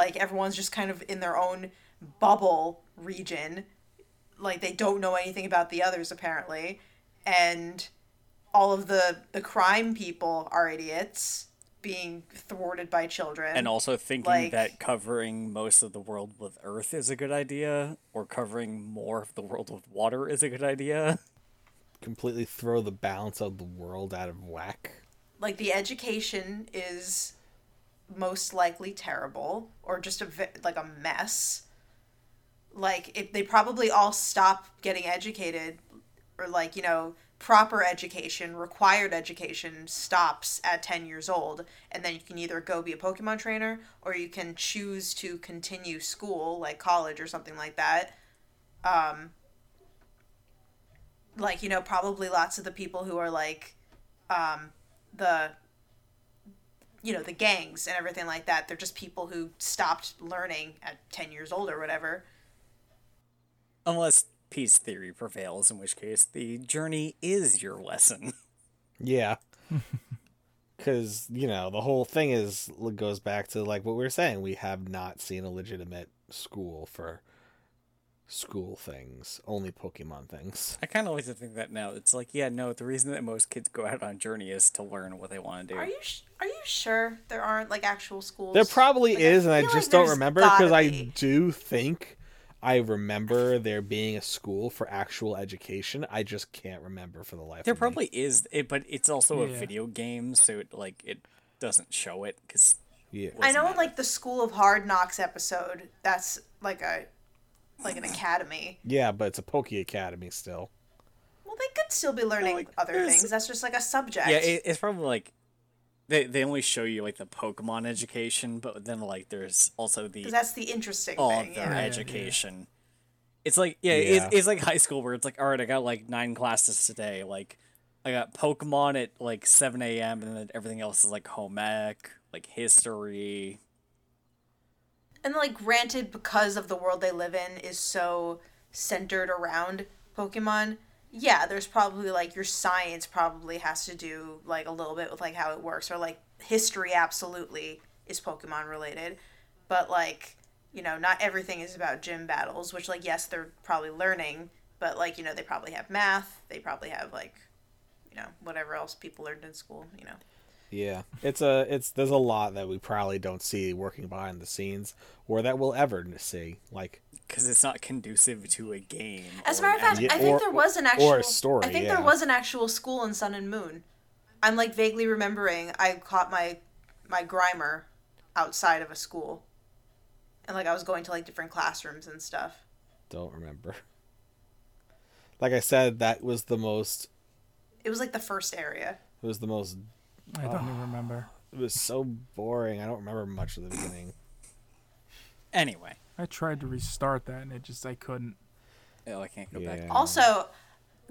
D: Like everyone's just kind of in their own bubble region. Like they don't know anything about the others apparently. And all of the the crime people are idiots being thwarted by children.
B: and also thinking
D: Like-
B: that covering most of the world with earth is a good idea, or covering more of the world with water is a good idea.
C: Completely throw the balance of the world out of whack.
D: like the education is most likely terrible or just a ve- like a mess like it, they probably all stop getting educated or like you know proper education required education stops at 10 years old and then you can either go be a pokemon trainer or you can choose to continue school like college or something like that um like you know probably lots of the people who are like the you know the gangs and everything like that they're just people who stopped learning at 10 years old or whatever
B: Unless peace theory prevails, in which case the journey is your lesson.
C: Yeah. Because, you know, the whole thing is goes back to like what we were saying. We have not seen a legitimate school for school things, only Pokemon things.
B: I kind of like to think that now. It's like, yeah, no, the reason that most kids go out on journey is to learn what they want to do.
D: are you sh- are you sure there aren't like actual schools
C: There probably
D: Like, I
C: is, and I
D: feel
C: just
D: like
C: don't
D: there's
C: remember because I
D: gotta be.
C: do think I remember there being a school for actual education. I just can't remember for the life
B: There
C: of me.
B: probably is, it, but it's also
A: Yeah.
B: a video game, so it, like it doesn't show it because
C: Yeah.
D: i know in like the school of hard knocks episode that's like a like an academy
C: Yeah, but it's a Poke Academy still.
D: well they could still be learning
B: like,
D: other
B: there's-
D: things that's just like a subject
B: yeah, it, it's probably like they they only show you like the Pokemon education, but then like there's also the
D: 'Cause that's the interesting
B: all
D: thing
B: of their
D: yeah.
B: education. It's like yeah,
C: Yeah.
B: It's, it's like high school where it's like all right, I got like nine classes today. Like I got Pokemon at like seven a.m. and then everything else is like home ec, like history.
D: and like granted because of the world they live in is so centered around pokemon yeah there's probably like your science probably has to do like a little bit with like how it works or like history absolutely is pokemon related but like you know not everything is about gym battles which like yes they're probably learning but like you know they probably have math they probably have like you know whatever else people learned in school. You know.
C: Yeah, it's a it's there's a lot that we probably don't see working behind the scenes, or that we'll ever see. Like
B: because it's not conducive to a game.
D: As a
B: or an
D: matter of fact,
B: act-
D: I think
C: or-
D: there was an
C: or
D: actual
C: a story,
D: I think
C: yeah.
D: there was an actual school in Sun and Moon. I'm like vaguely remembering I caught my my grimer outside of a school. And like I was going to like different classrooms and stuff.
C: don't remember. Like I said, that was the most.
D: It was like the first area.
C: It was the most.
A: I don't even remember.
C: It was so boring. I don't remember much of the beginning.
B: anyway.
A: I tried to restart that and it just I couldn't.
B: Oh, I can't go
C: Yeah.
B: back.
D: Also,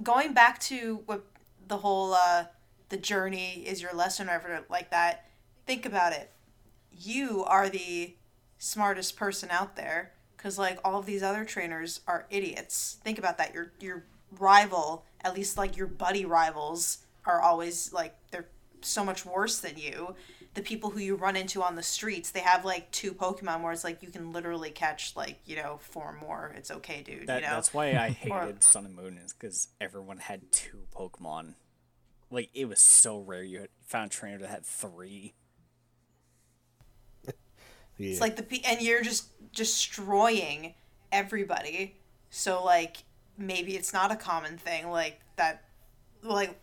D: going back to what the whole uh the journey is your lesson or whatever like that, think about it. You are the smartest person out there cuz like all of these other trainers are idiots. Think about that. Your your rival, at least like your buddy rivals are always like they're so much worse than you. The people who you run into on the streets, they have like two Pokemon where it's like you can literally catch like, you know, four more. It's okay, dude.
B: That,
D: you know?
B: That's why I hated Sun and Moon is because everyone had two Pokemon. Like it was so rare you had, found a trainer that had three.
C: Yeah.
D: It's like the pe- and you're just destroying everybody. So like maybe it's not a common thing like that. Like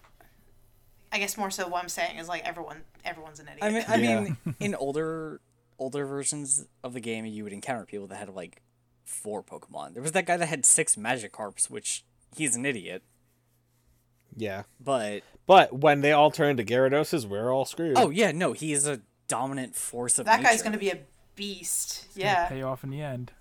D: I guess more so what I'm saying is like everyone everyone's an idiot.
B: I mean, I
C: Yeah.
B: mean, in older older versions of the game, you would encounter people that had like four Pokemon. There was that guy that had six Magikarps, which he's an idiot.
C: yeah.
B: But
C: But when they all turn to Gyarados, we're all screwed.
B: oh yeah, no, he is a dominant force of
D: that guy's
B: nature.
D: gonna be a beast.
A: It's gonna
D: Yeah,
A: Pay off in the end.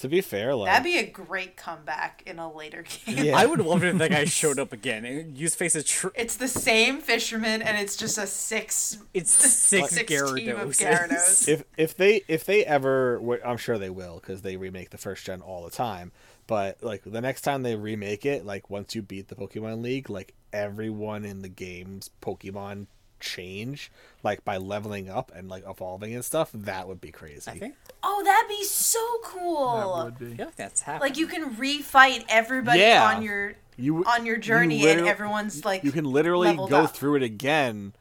C: To be fair, like
D: that'd be a great comeback in a later game.
C: yeah,
B: I would love it if that guy showed up again. And Use face a tr-
D: It's the same fisherman, and it's just a six
B: it's six,
D: six team of
B: Gyarados.
D: Gyarados.
C: if if they if they ever wh- i'm sure they will because they remake the first gen all the time but like the next time they remake it like once you beat the pokemon league like everyone in the game's pokemon change like by leveling up and like evolving and stuff that would be crazy
B: I think
D: oh, that'd be so cool.
A: That would be.
B: I feel like that's happened.
D: Like you can refight everybody
C: Yeah.
D: on your
C: you
D: on your
C: you
D: journey and
C: literally-
D: everyone's like
C: you can literally
D: leveled
C: go
D: up.
C: through it again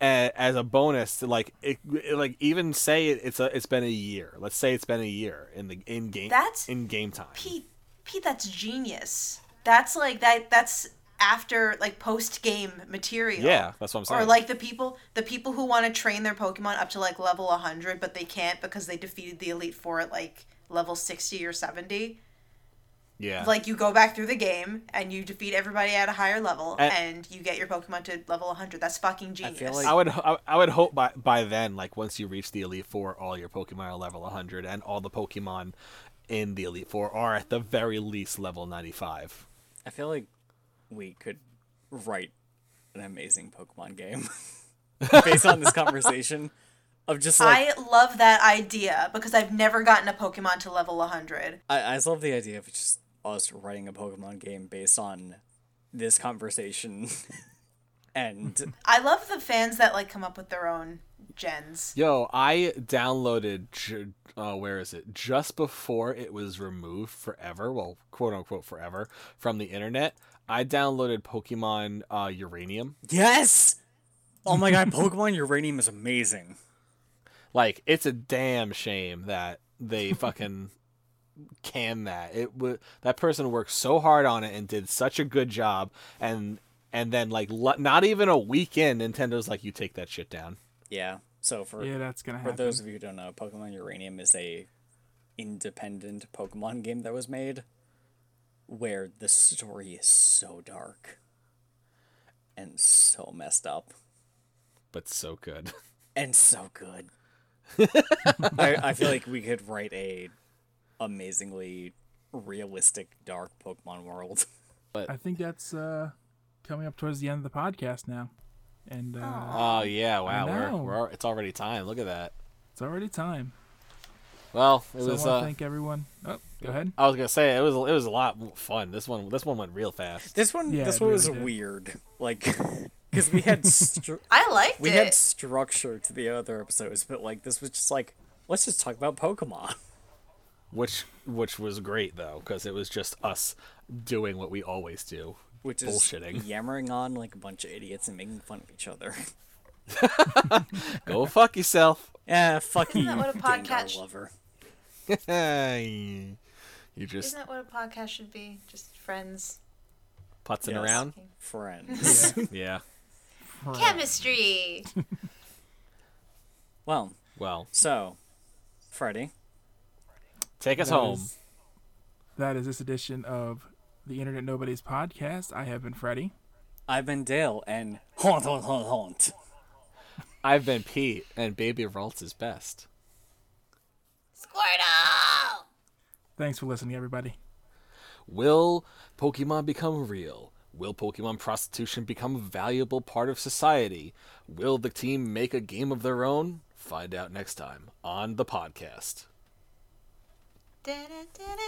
C: a- as a bonus to, like it, it- like even say it, it's a it's been a year let's say it's been a year in the in game
D: That's
C: in game time
D: Pete, Pete, that's genius. That's like that. That's after like post game material.
C: yeah that's what i'm saying
D: Or like the people, the people who want to train their Pokemon up to like level hundred, but they can't because they defeated the Elite Four at like level sixty or seventy.
C: yeah
D: Like you go back through the game and you defeat everybody at a higher level,
C: And-
D: and you get your Pokemon to level hundred. That's fucking genius.
B: feel like-
C: I would I, I would hope by by then, like once you reach the Elite Four, all your Pokemon are level 100, and all the Pokemon in the Elite Four are at the very least level 95.
B: I feel like we could write an amazing Pokemon game based on this conversation of just like
D: I love that idea because I've never gotten a Pokemon to level hundred.
B: I, I, just love the idea of just us writing a Pokemon game based on this conversation and
D: I love the fans that like come up with their own gens.
C: Yo, I downloaded. ju- Uh, where is it? Just before it was removed forever, well, quote unquote forever from the internet. I downloaded Pokemon uh, Uranium.
B: yes oh my god Pokemon Uranium is amazing
C: Like, it's a damn shame that they fucking can that. It was that person worked so hard on it and did such a good job, and and then like le- not even a week in, Nintendo's like, you take that shit down.
B: yeah so for
A: Yeah, that's gonna
B: for
A: happen.
B: those of you who don't know Pokemon Uranium is a independent Pokemon game that was made where the story is so dark and so messed up.
C: But so good.
B: and so good. I, I feel like we could write a amazingly realistic dark Pokemon world.
A: I think that's uh, coming up towards the end of the podcast now, and uh,
C: Oh yeah, wow,
A: know.
C: we're, we're al- it's already time. Look at that.
A: it's already time.
C: Well, it
A: So
C: was.
A: I want
C: Uh,
A: to thank everyone. Oh, go ahead.
C: I was gonna say it was it was a lot more fun. This one this one went real fast.
B: This one,
A: Yeah,
B: this
A: it
B: one was
A: really did.
B: weird, like because we had stru-
D: I liked
B: we
D: it.
B: had structure to the other episodes, but like this was just like let's just talk about Pokemon.
C: which which was great though because it was just us doing what we always do
B: which is
C: Bullshitting.
B: yammering on like a bunch of idiots and making fun of each other.
C: Go fuck yourself.
B: yeah, Eh, fuck you,
D: that what a
B: dingo
D: podcast-
B: lover.
C: you just
D: Isn't that what a podcast should be? Just friends.
C: putzing
B: Yes.
C: around.
B: Friends.
C: Yeah.
D: Chemistry.
B: well,
C: Well,
B: so Friday,
C: take us
A: That
C: home.
A: is- that is this edition of the Internet Nobody's podcast. I have been Freddie.
B: I've been Dale and haunt haunt haunt haunt.
C: I've been Pete, and Baby Ralts is best.
D: Squirtle.
A: Thanks for listening, everybody.
C: Will Pokemon become real? Will Pokemon prostitution become a valuable part of society? Will the team make a game of their own? Find out next time on the podcast.
D: Da-da-da-da.